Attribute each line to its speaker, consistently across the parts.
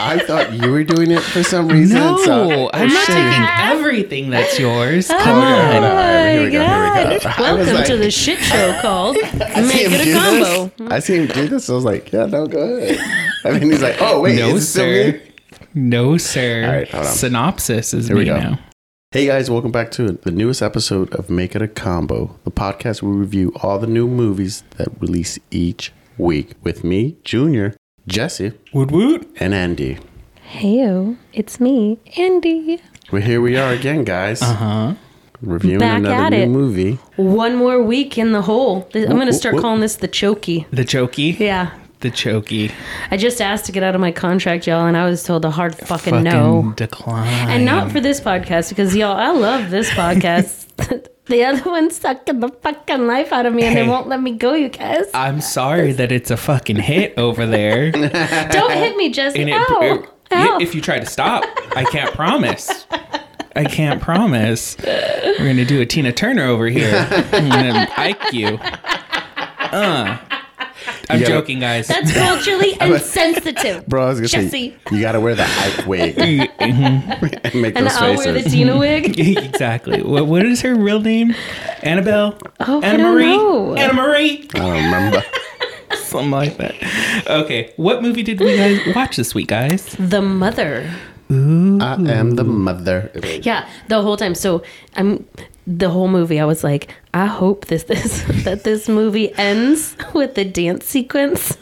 Speaker 1: I thought you were doing it for some reason.
Speaker 2: uh,
Speaker 3: No,
Speaker 1: so
Speaker 3: I'm not
Speaker 1: Shame.
Speaker 3: taking everything that's yours.
Speaker 1: Oh,
Speaker 3: Come
Speaker 1: yeah,
Speaker 3: on.
Speaker 1: no, here
Speaker 2: my
Speaker 1: we go, here we
Speaker 2: God.
Speaker 1: go. I was
Speaker 2: Welcome to
Speaker 1: like-
Speaker 2: the shit show called
Speaker 1: I see
Speaker 2: Make
Speaker 1: him
Speaker 2: It
Speaker 1: do
Speaker 2: a Combo.
Speaker 1: This. I see him do this. I was like, yeah, no, go ahead. And then he's like, oh, wait,
Speaker 3: No,
Speaker 1: is this still
Speaker 3: sir.
Speaker 1: me?
Speaker 3: No, sir.
Speaker 1: All right, hold on.
Speaker 3: Synopsis is
Speaker 1: Here
Speaker 3: me
Speaker 1: we go.
Speaker 3: now.
Speaker 1: Hey guys, welcome back to the newest episode of Make It a Combo, the podcast where we review all the new movies that release each week with me, Junior, Jesse,
Speaker 3: Woot woot.
Speaker 1: and Andy.
Speaker 2: Heyo, it's me, Andy.
Speaker 1: Well, here we are again, guys,
Speaker 3: Uh
Speaker 2: Uh-huh.
Speaker 3: huh.
Speaker 1: reviewing
Speaker 2: Back
Speaker 1: another
Speaker 2: at
Speaker 1: new
Speaker 2: it.
Speaker 1: movie.
Speaker 2: One more week in the hole. I'm going to start
Speaker 1: Whoop, whoop.
Speaker 2: calling this the chokey.
Speaker 3: The chokey.
Speaker 2: Yeah.
Speaker 3: The chokey.
Speaker 2: I just asked to get out of my contract, y'all, and I was told a hard fucking,
Speaker 3: Fucking
Speaker 2: no.
Speaker 3: decline.
Speaker 2: And not for this podcast, because y'all, I love this podcast. the other one's sucking the fucking life out of me, and
Speaker 3: Hey.
Speaker 2: they won't let me go, you guys.
Speaker 3: I'm sorry that it's a fucking hit over there. and
Speaker 2: Don't hit me, Jesse.
Speaker 3: it,
Speaker 2: Ow.
Speaker 3: it-
Speaker 2: Ow.
Speaker 3: if you try to stop, I can't promise. I can't promise. We're gonna do a Tina Turner over here. I'm gonna Ike you. Uh. I'm
Speaker 1: You gotta-
Speaker 3: joking, guys.
Speaker 2: That's culturally insensitive.
Speaker 1: Bro, I was gonna
Speaker 2: Jesse.
Speaker 1: say you gotta wear the hype wig and
Speaker 3: mm-hmm.
Speaker 1: make
Speaker 2: And
Speaker 1: those
Speaker 2: I'll wear the
Speaker 1: faces.
Speaker 2: Tina wig.
Speaker 3: exactly. What, what is her real name? Annabelle?
Speaker 2: Oh, I
Speaker 3: Anna
Speaker 2: don't
Speaker 3: Marie?
Speaker 2: know.
Speaker 3: Anna Marie?
Speaker 1: I don't Oh, remember.
Speaker 3: Something like that. Okay. What movie did we guys watch this week, guys?
Speaker 2: The mother.
Speaker 1: I am the mother.
Speaker 2: Yeah, the whole time. So I'm the whole movie. I was like, I hope this this that this movie ends with the dance sequence.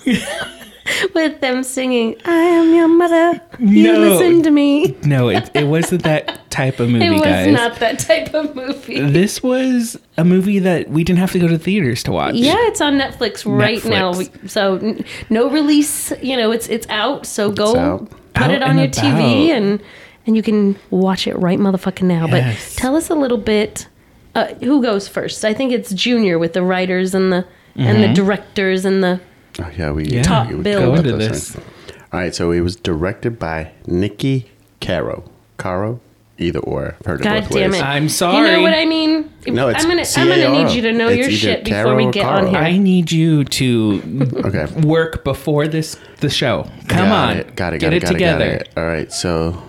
Speaker 2: With them singing, I am your mother. You
Speaker 3: No.
Speaker 2: listen to me.
Speaker 3: No, it, it wasn't that type of movie,
Speaker 2: It was
Speaker 3: guys.
Speaker 2: not that type of movie.
Speaker 3: this was a movie that we didn't have to go to theaters to watch.
Speaker 2: Yeah, it's on Netflix right
Speaker 3: Netflix.
Speaker 2: now. So n- no release, you know, it's it's out. So go
Speaker 1: out.
Speaker 2: put
Speaker 3: Out
Speaker 2: it on
Speaker 3: and
Speaker 2: your TV
Speaker 3: about.
Speaker 2: and and you can watch it right motherfucking now.
Speaker 3: Yes.
Speaker 2: But tell us a little bit uh, who goes first. I think it's Junior with the writers and the and
Speaker 3: Mm-hmm.
Speaker 2: the directors and the
Speaker 1: Oh, yeah, we
Speaker 3: Top
Speaker 1: we
Speaker 2: bill.
Speaker 1: talked
Speaker 2: Go
Speaker 1: about
Speaker 3: into
Speaker 1: those
Speaker 3: this.
Speaker 1: things. All right, so it was directed by Nikki Caro. Caro, either or. I've heard it
Speaker 2: God
Speaker 1: both
Speaker 2: damn
Speaker 1: ways.
Speaker 2: it.
Speaker 3: I'm
Speaker 2: You
Speaker 3: sorry.
Speaker 2: know what I mean?
Speaker 1: No, it's
Speaker 2: I'm gonna I'm gonna
Speaker 1: C-A-R-O.
Speaker 2: need you to know
Speaker 1: It's
Speaker 2: your
Speaker 1: either
Speaker 2: shit before
Speaker 1: Caro
Speaker 2: we
Speaker 1: or
Speaker 2: get
Speaker 1: Caro.
Speaker 2: on here.
Speaker 3: I need you to
Speaker 1: Okay.
Speaker 3: work before this the show. Come
Speaker 1: got
Speaker 3: on.
Speaker 1: It. Got it.
Speaker 3: Get
Speaker 1: Got
Speaker 3: it
Speaker 1: it. Got it. Got
Speaker 3: together.
Speaker 1: it. All right. So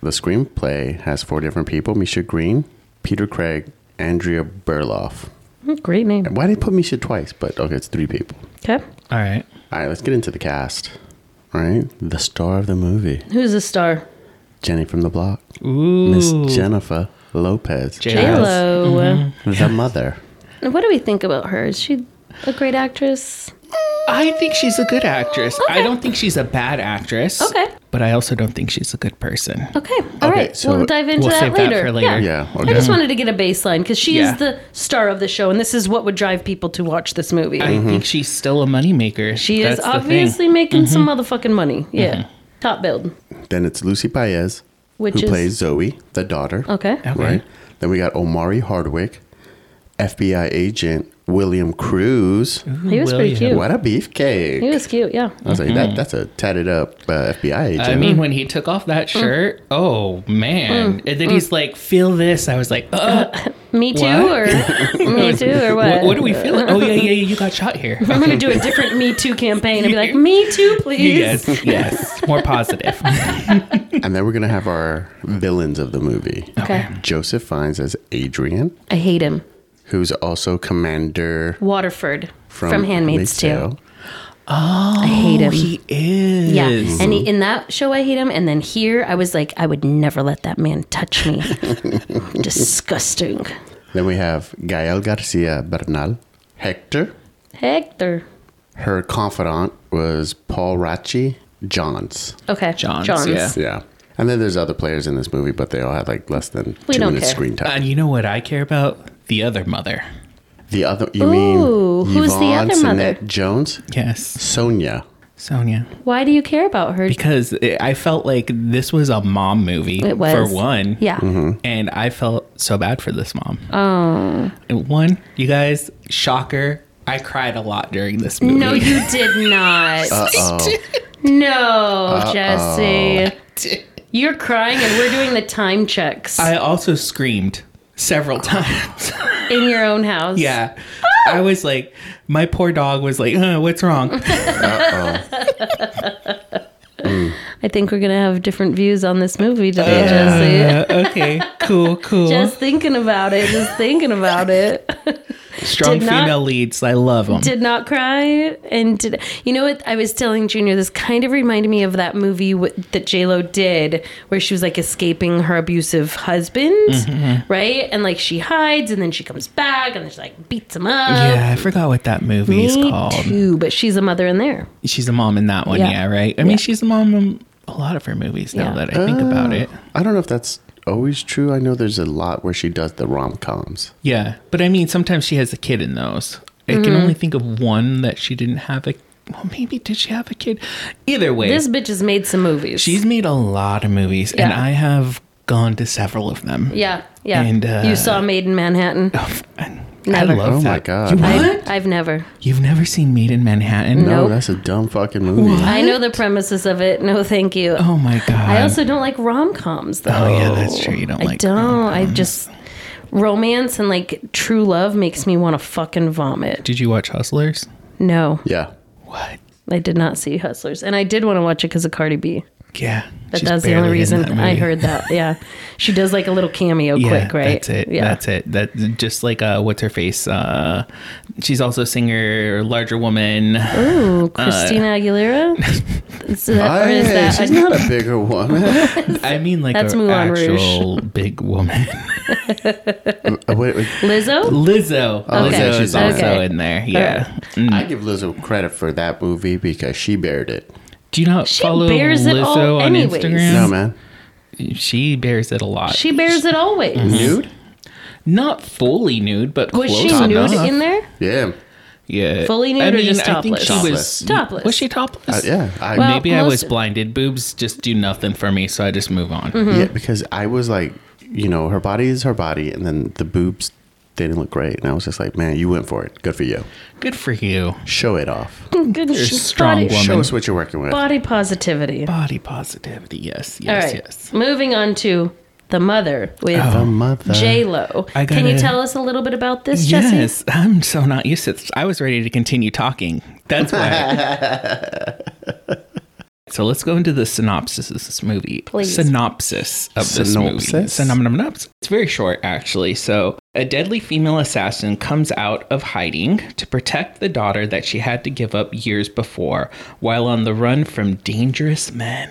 Speaker 1: the screenplay has four different people: Misha Green, Peter Craig, Andrea Berloff.
Speaker 2: Hmm, Great name.
Speaker 1: Why did they put Misha twice? But okay, it's three people.
Speaker 2: Okay.
Speaker 3: All right.
Speaker 1: All right. Let's get into the cast. All right. The star of the movie,
Speaker 2: Who's the star?
Speaker 1: Jenny from the Block,
Speaker 3: Ooh.
Speaker 1: Miss Jennifer Lopez,
Speaker 3: J-
Speaker 2: J
Speaker 3: Yes.
Speaker 2: Lo.
Speaker 3: Mm-hmm.
Speaker 1: the mother.
Speaker 2: And What do we think about her? Is she a great actress?
Speaker 3: I think she's a good actress. I
Speaker 2: Okay.
Speaker 3: don't think she's a bad actress.
Speaker 2: Okay.
Speaker 3: But I also don't think she's a good person.
Speaker 2: Okay. all
Speaker 1: Okay,
Speaker 2: right.
Speaker 1: so
Speaker 2: we'll dive into
Speaker 3: we'll
Speaker 2: that,
Speaker 3: save that
Speaker 2: later.
Speaker 3: for later.
Speaker 1: Yeah, okay.
Speaker 2: I just wanted to get a baseline because she
Speaker 3: Yeah.
Speaker 2: is the star of the show, and this is what would drive people to watch this movie.
Speaker 3: I
Speaker 1: Mm-hmm.
Speaker 3: think she's still a moneymaker.
Speaker 2: she
Speaker 3: That's
Speaker 2: is
Speaker 3: the thing. Mm-hmm.
Speaker 2: obviously making some motherfucking money. Yeah. Top build.
Speaker 1: Then it's Lucy Paez,
Speaker 2: Which
Speaker 1: who
Speaker 2: is-
Speaker 1: plays Zoe, the daughter.
Speaker 2: Okay.
Speaker 3: Okay.
Speaker 1: Right. Then we got Omari Hardwick, FBI agent William Cruz.
Speaker 2: He was pretty
Speaker 3: William.
Speaker 2: cute.
Speaker 1: What Uh, a beefcake!
Speaker 2: He was Mm-hmm. cute. Yeah.
Speaker 1: I was like, that, that's a tatted up uh, FBI agent.
Speaker 3: I mean, when he took off that
Speaker 2: Mm.
Speaker 3: shirt, oh man! And then he's like, "Feel this." I was like, "Uh,
Speaker 2: Me too,
Speaker 3: What?
Speaker 2: or me too, or what?
Speaker 3: what, what do we feel?" Like? Oh yeah, yeah, yeah. You got shot here.
Speaker 2: I'm gonna do a different Me Too campaign and be like, Me Too, please.
Speaker 3: yes, yes. More positive.
Speaker 1: and then we're gonna have our villains of the movie.
Speaker 2: Okay.
Speaker 1: Joseph Fiennes as Adrian,
Speaker 2: I hate him.
Speaker 1: who's also Commander
Speaker 2: Waterford
Speaker 1: from, Oh,
Speaker 2: from, Handmaid's Tale.
Speaker 1: Tale.
Speaker 2: I hate him.
Speaker 3: he is.
Speaker 2: Yeah, and he, in that show I hate him, and then here I was like, I would never let that man touch me. Disgusting,
Speaker 1: Then we have Gael Garcia Bernal, Hector.
Speaker 2: Hector.
Speaker 1: Her confidant was Paul Ratchi Johns.
Speaker 2: Okay,
Speaker 3: Johns, yeah.
Speaker 1: Yeah. And then there's other players in this movie, but they all had like less than
Speaker 2: We
Speaker 1: two
Speaker 2: don't
Speaker 1: minutes
Speaker 2: care.
Speaker 1: screen time.
Speaker 3: And you know what I care about? The other mother.
Speaker 1: the other, you
Speaker 2: Ooh,
Speaker 1: mean
Speaker 2: who's the
Speaker 1: Yvonne
Speaker 2: other mother?
Speaker 1: Sinette Jones,
Speaker 3: Yes,
Speaker 1: Sonia.
Speaker 3: Sonia.
Speaker 2: Why do you care about her?
Speaker 3: Because it, I felt like this was a mom movie
Speaker 2: It was
Speaker 3: for one.
Speaker 2: Yeah,
Speaker 3: And I felt so bad for this mom. Oh. One, you guys, shocker. I cried a lot during this movie.
Speaker 2: no, you did not. No, Jesse, you're crying, and we're doing the time checks
Speaker 3: I also screamed several times.
Speaker 2: in your own house.
Speaker 3: yeah. I was like, my poor dog was like, uh, what's wrong?
Speaker 2: I I think we're gonna have different views on this movie today, Jesse.
Speaker 3: Uh, okay, cool, cool.
Speaker 2: Just thinking about it, just thinking about it.
Speaker 3: Strong
Speaker 2: did not-
Speaker 3: female leads. I love them.
Speaker 2: did not cry and did you know what i was telling junior this kind of reminded me of that movie w- that j-lo did where she was like escaping her abusive husband
Speaker 3: Mm-hmm.
Speaker 2: right and like she hides and then she comes back and then she like beats him up
Speaker 3: yeah, I forgot what that movie is
Speaker 2: me
Speaker 3: called.
Speaker 2: too but she's a mother in there
Speaker 3: She's a mom in that one, yeah,
Speaker 2: Yeah.
Speaker 3: right? I mean, she's a mom in a lot of her movies now
Speaker 2: Yeah.
Speaker 3: that I think about it.
Speaker 1: I don't know if that's always true. I know there's a lot where she does the rom coms.
Speaker 3: Yeah, but I mean, sometimes she has a kid in those. I
Speaker 2: Mm-hmm.
Speaker 3: can only think of one that she didn't have a. Well, maybe did she have a kid? Either way,
Speaker 2: this bitch has made some movies
Speaker 3: she's made a lot of movies, and
Speaker 2: Yeah.
Speaker 3: I have gone to several of them.
Speaker 2: yeah yeah
Speaker 3: And, uh,
Speaker 2: you saw made in manhattan
Speaker 3: And
Speaker 2: Never.
Speaker 3: I love
Speaker 1: Oh
Speaker 3: that.
Speaker 1: my God.
Speaker 3: You,
Speaker 2: I,
Speaker 3: what?
Speaker 2: i've never
Speaker 3: You've never seen Made in Manhattan?
Speaker 1: No,
Speaker 2: Nope.
Speaker 1: Oh, that's a dumb fucking movie.
Speaker 2: i know the premises of it no thank you
Speaker 3: Oh my god!
Speaker 2: I also don't like rom coms though.
Speaker 3: Oh, yeah, that's true. You don't
Speaker 2: I
Speaker 3: like
Speaker 2: don't. I just romance and like true love makes me want to fucking vomit.
Speaker 3: Did you watch Hustlers?
Speaker 2: No,
Speaker 1: Yeah.
Speaker 3: What?
Speaker 2: I did not see Hustlers, and I did want to watch it because of Cardi B.
Speaker 3: Yeah,
Speaker 2: But
Speaker 3: she's
Speaker 2: that's the only
Speaker 3: barely in
Speaker 2: reason
Speaker 3: that
Speaker 2: I
Speaker 3: movie.
Speaker 2: heard that. Yeah, she does like a little cameo
Speaker 3: Yeah,
Speaker 2: quick, right?
Speaker 3: That's it. That's it. That just like uh, what's her face? Uh, she's also a singer, larger woman.
Speaker 2: Ooh, Christina Aguilera. Is that, or is
Speaker 1: Hey,
Speaker 2: that
Speaker 1: she's not a bigger woman.
Speaker 3: I mean, like
Speaker 2: That's
Speaker 3: a
Speaker 2: Moulin Rouge.
Speaker 3: actual big woman.
Speaker 1: Uh, wait, wait.
Speaker 2: Lizzo?
Speaker 3: Lizzo.
Speaker 1: Okay.
Speaker 3: Lizzo is
Speaker 1: Okay.
Speaker 3: also in there. Yeah.
Speaker 2: Mm.
Speaker 1: I give Lizzo credit for that movie because she bared it.
Speaker 3: Do you not
Speaker 2: She
Speaker 3: follow
Speaker 2: bears it all
Speaker 3: Lizzo on
Speaker 2: anyways.
Speaker 1: No,
Speaker 3: Instagram?
Speaker 1: man.
Speaker 3: She bears it a lot.
Speaker 2: She bears it always.
Speaker 1: Nude?
Speaker 3: not fully nude, but
Speaker 2: Was
Speaker 3: Mm-hmm. close
Speaker 2: she
Speaker 3: enough.
Speaker 2: nude
Speaker 1: enough.
Speaker 2: in there?
Speaker 1: Yeah.
Speaker 3: Yeah.
Speaker 2: Fully nude
Speaker 3: I
Speaker 2: or
Speaker 3: mean,
Speaker 2: just
Speaker 3: I think she
Speaker 2: topless?
Speaker 3: was
Speaker 2: Topless.
Speaker 3: Was she topless?
Speaker 1: Uh, yeah. I,
Speaker 2: Well-
Speaker 3: Maybe I was
Speaker 2: most- Mm-hmm.
Speaker 3: blinded. Boobs just do nothing for me, so I just move on.
Speaker 2: Hmm.
Speaker 1: yeah, because I was like, you know, her body is her body, and then the boobs didn't look great. And I was just like, man, you went for it. Good for you.
Speaker 3: Good for you.
Speaker 1: Show it off.
Speaker 2: Good
Speaker 3: a
Speaker 2: sh-
Speaker 3: strong
Speaker 2: body,
Speaker 3: woman.
Speaker 1: Show us what you're working with.
Speaker 2: body positivity.
Speaker 3: Body positivity. Yes,
Speaker 2: All
Speaker 3: yes,
Speaker 2: right.
Speaker 3: yes. Oh,
Speaker 2: Moving on to the mother with
Speaker 1: The mother.
Speaker 2: J Lo.
Speaker 3: I
Speaker 2: Can you
Speaker 3: gotta-
Speaker 2: tell us a little bit about this, Jesse?
Speaker 3: Yes, I'm so not used to this. I was ready to continue talking. That's why. so let's go into the synopsis of this movie.
Speaker 2: Please.
Speaker 3: Synopsis of this movie.
Speaker 1: Synopsis?
Speaker 3: Synopsis. It's very short, actually. So a deadly female assassin comes out of hiding to protect the daughter that she had to give up years before while on the run from dangerous men.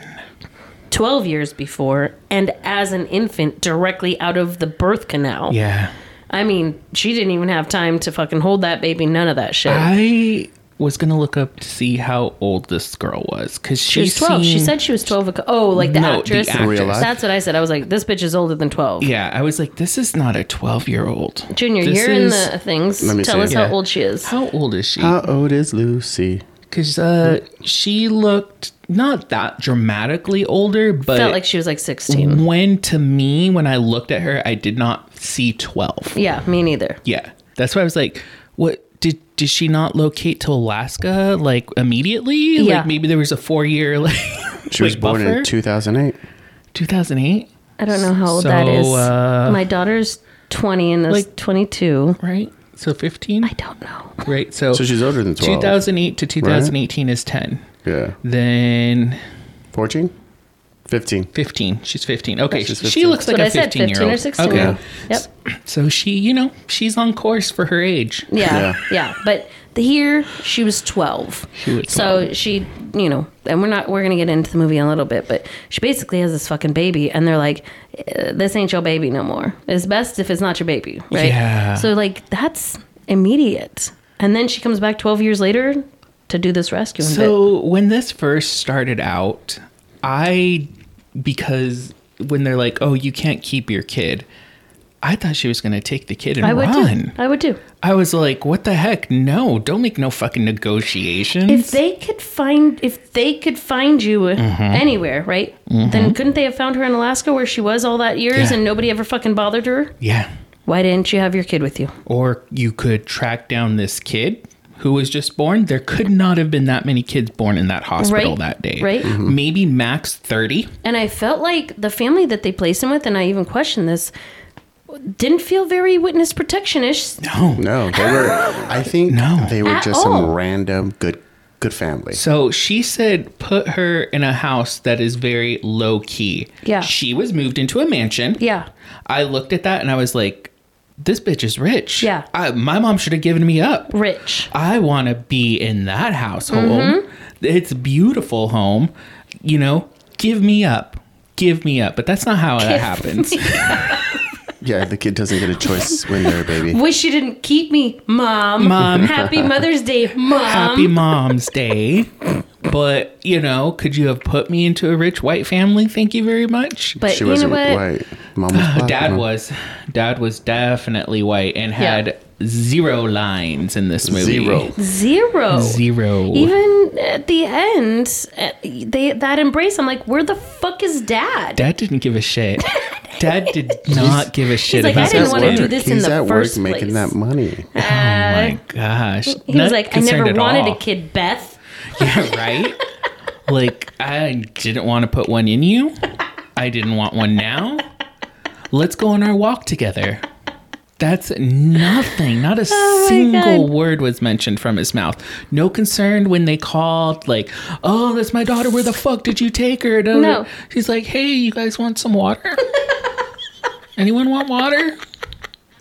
Speaker 2: Twelve years before, and as an infant, directly out of the birth canal.
Speaker 3: Yeah.
Speaker 2: I mean, she didn't even have time to fucking hold that baby. None of that shit.
Speaker 3: I was gonna look up to see how old this girl was because
Speaker 2: she was twelve. She said she was twelve. ago- Oh, like the
Speaker 3: No, the
Speaker 2: actress.
Speaker 3: actress.
Speaker 1: Real life?
Speaker 2: That's what I said. I was like, this bitch is older than twelve.
Speaker 3: Yeah, I was like, this is not a 12 year old.
Speaker 2: Junior,
Speaker 3: This
Speaker 2: you're
Speaker 3: is-
Speaker 2: in the things.
Speaker 1: Let me
Speaker 2: Tell
Speaker 1: see.
Speaker 2: us
Speaker 3: Yeah.
Speaker 2: how old she is.
Speaker 3: How old is she?
Speaker 1: How old Uh oh, is Lucy?
Speaker 3: Because uh, she looked not that dramatically older, but
Speaker 2: Felt like she was like sixteen.
Speaker 3: when to me, when I looked at her, I did not see 12.
Speaker 2: Yeah, me neither.
Speaker 3: Yeah. That's why I was like, what? Did, did she not locate to Alaska like immediately?
Speaker 2: Yeah.
Speaker 3: Like maybe there was a four year like
Speaker 1: She was
Speaker 3: like,
Speaker 1: born
Speaker 3: buffer?
Speaker 1: in 2008.
Speaker 3: 2008,
Speaker 2: I don't know how old that is.
Speaker 3: So, uh,
Speaker 2: My daughter's 20 and this
Speaker 3: like-
Speaker 2: 22.
Speaker 3: right? So 15,
Speaker 2: I don't know.
Speaker 3: right? So,
Speaker 1: So she's older than 12.
Speaker 3: 2008 to 2018 is 10.
Speaker 1: Yeah.
Speaker 3: Then
Speaker 1: 14? 15.
Speaker 3: 15. She's 15. Okay.
Speaker 1: she's
Speaker 3: She
Speaker 1: 15.
Speaker 3: looks like
Speaker 2: But I
Speaker 3: a
Speaker 2: said
Speaker 3: 15 year
Speaker 2: 15
Speaker 3: old.
Speaker 2: or 16.
Speaker 3: Okay.
Speaker 1: Yeah.
Speaker 2: Yep.
Speaker 3: So she, you know, she's on course for her age.
Speaker 2: Yeah.
Speaker 1: Yeah.
Speaker 2: Yeah. But the here she was 12.
Speaker 3: She was
Speaker 2: So she, you know, and we're not, we're going to get into the movie in a little bit, but she basically has this fucking baby and they're like, "Eh, this ain't your baby no more. It's best if it's not your baby. Right.
Speaker 3: Yeah.
Speaker 2: So like that's immediate. And then she comes back 12 years later to do this rescue. So,
Speaker 3: So when this first started out, I, because when they're like, oh, you can't keep your kid, I thought she was going to take the kid and
Speaker 2: I would
Speaker 3: run.
Speaker 2: do. I would do.
Speaker 3: I was like, what the heck? No, don't make no fucking negotiations.
Speaker 2: if they could find if they could find you uh,
Speaker 3: Mm-hmm.
Speaker 2: anywhere right then couldn't they have found her in alaska where she was all that years
Speaker 3: Yeah.
Speaker 2: and nobody ever fucking bothered her
Speaker 3: yeah.
Speaker 2: why didn't you have your kid with you
Speaker 3: Or you could track down this kid who was just born. There could not have been that many kids born in that hospital
Speaker 2: Right,
Speaker 3: that day.
Speaker 2: right. Mhm.
Speaker 3: Maybe max 30.
Speaker 2: and i felt like the family that they placed him with and i even questioned this didn't feel very witness protection-ish
Speaker 3: No.
Speaker 1: No, they were. I think
Speaker 3: No.
Speaker 1: they were
Speaker 2: At
Speaker 1: just
Speaker 2: all.
Speaker 1: some random good Good family.
Speaker 3: So she said, put her in a house that is very low key.
Speaker 2: Yeah.
Speaker 3: She was moved into a mansion.
Speaker 2: Yeah.
Speaker 3: I looked at that and I was like, this bitch is rich.
Speaker 2: Yeah.
Speaker 3: I, my mom should have given me up.
Speaker 2: Rich.
Speaker 3: I want to be in that household.
Speaker 2: Mm-hmm.
Speaker 3: It's a beautiful home. You know, give me up. Give me up. But that's not how that happens.
Speaker 1: Yeah, the kid doesn't get a choice when they're a baby.
Speaker 2: Wish you didn't keep me, mom.
Speaker 3: Mom.
Speaker 2: Happy Mother's Day, mom.
Speaker 3: Happy Mom's Day. But, you know, could you have put me into a rich white family? Thank you very much.
Speaker 2: but
Speaker 1: she
Speaker 2: you know
Speaker 1: wasn't
Speaker 2: what?
Speaker 1: white. Mom was black.
Speaker 3: Dad
Speaker 1: Mom-
Speaker 3: was. Dad was definitely white and had zero lines in this movie.
Speaker 1: zero.
Speaker 2: Zero.
Speaker 3: Zero.
Speaker 2: Even at the end, uh, they that embrace. I'm like, where the fuck is dad?
Speaker 3: Dad didn't give a shit. Dad did not give a shit
Speaker 2: like, I
Speaker 3: about
Speaker 2: didn't
Speaker 3: this
Speaker 2: wanna
Speaker 3: one.
Speaker 2: do this in
Speaker 1: He's
Speaker 2: the
Speaker 1: at
Speaker 2: first
Speaker 1: work making
Speaker 2: place.
Speaker 1: that money.
Speaker 3: Oh my gosh.
Speaker 2: he was like, I never wanted a kid, Beth.
Speaker 3: Yeah, right? like, I didn't want to put one in you. I didn't want one now. Let's go on our walk together. That's nothing. Not a
Speaker 2: Oh my
Speaker 3: single
Speaker 2: God.
Speaker 3: word was mentioned from his mouth. No concern when they called, like, oh, that's my daughter. Where the fuck did you take her? Da- da-
Speaker 2: No.
Speaker 3: She's like, hey, you guys want some water? Anyone want water?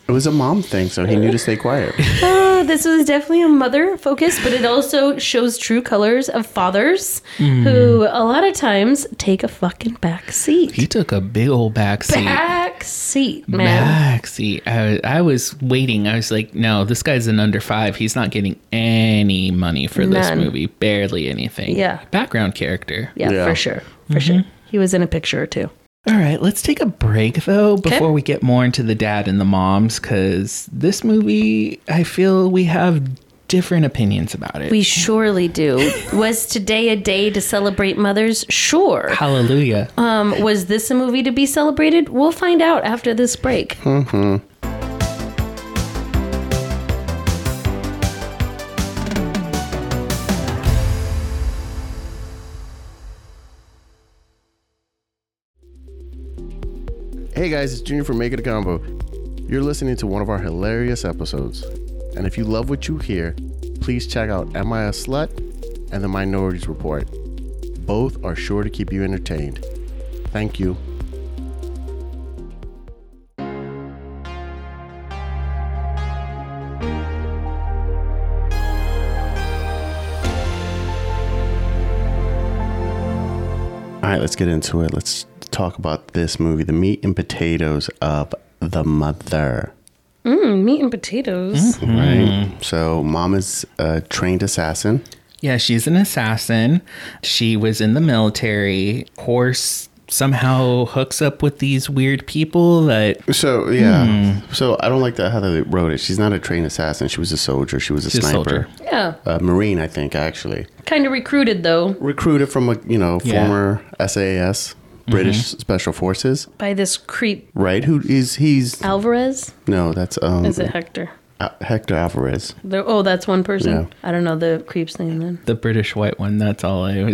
Speaker 1: It was a mom thing, so he knew to stay quiet.
Speaker 2: Uh, this was definitely a mother focus, but it also shows true colors of fathers who a lot of times take a fucking back
Speaker 3: He
Speaker 2: seat.
Speaker 3: took a big old back seat.
Speaker 2: Back seat, man.
Speaker 3: Maxi, I, I was waiting. I was like, no, this guy's an under five. He's not getting any money for this
Speaker 2: None.
Speaker 3: movie. Barely anything.
Speaker 2: Yeah.
Speaker 3: Background character.
Speaker 2: Yeah,
Speaker 1: Yeah.
Speaker 2: for sure.
Speaker 3: Mm-hmm.
Speaker 2: For sure. He was in a picture or two.
Speaker 3: All right, let's take a break though before we get more into the dad and the moms because this movie, I feel we have different opinions about it.
Speaker 2: We surely do. was today a day to celebrate mothers? Sure.
Speaker 3: Hallelujah.
Speaker 2: Um, was this a movie to be celebrated? We'll find out after this break.
Speaker 1: Hey guys, it's Junior from Make It a Combo. You're listening to one of our hilarious episodes. And if you love what you hear, please check out Am I a Slut and The Minorities Report. Both are sure to keep you entertained. Thank you. All right, let's get into it. Let's talk about this movie, The Meat and Potatoes of The Mother.
Speaker 2: Mm, meat and potatoes.
Speaker 3: Mm.
Speaker 1: Right? So, mom is a trained assassin.
Speaker 3: Yeah, she's an assassin. She was in the military. Horse somehow hooks up with these weird people that
Speaker 1: So, yeah. So, I don't like that how they wrote it. She's not a trained assassin. She was a soldier. She was a
Speaker 3: She's a
Speaker 1: sniper.
Speaker 3: soldier.
Speaker 2: Yeah.
Speaker 1: A Marine, I think, actually.
Speaker 2: Kind of recruited though
Speaker 1: Recruited from a, you know,
Speaker 3: Yeah.
Speaker 1: former SAS, British Special Forces,
Speaker 2: by this creep
Speaker 1: right? Who is he's,
Speaker 2: Alvarez.
Speaker 1: no, that's um,
Speaker 2: Is it Hector?
Speaker 1: A- Hector Alvarez.
Speaker 2: There, oh, that's one person.
Speaker 1: Yeah.
Speaker 2: I don't know the creep's name then.
Speaker 3: The British white one. That's all I was.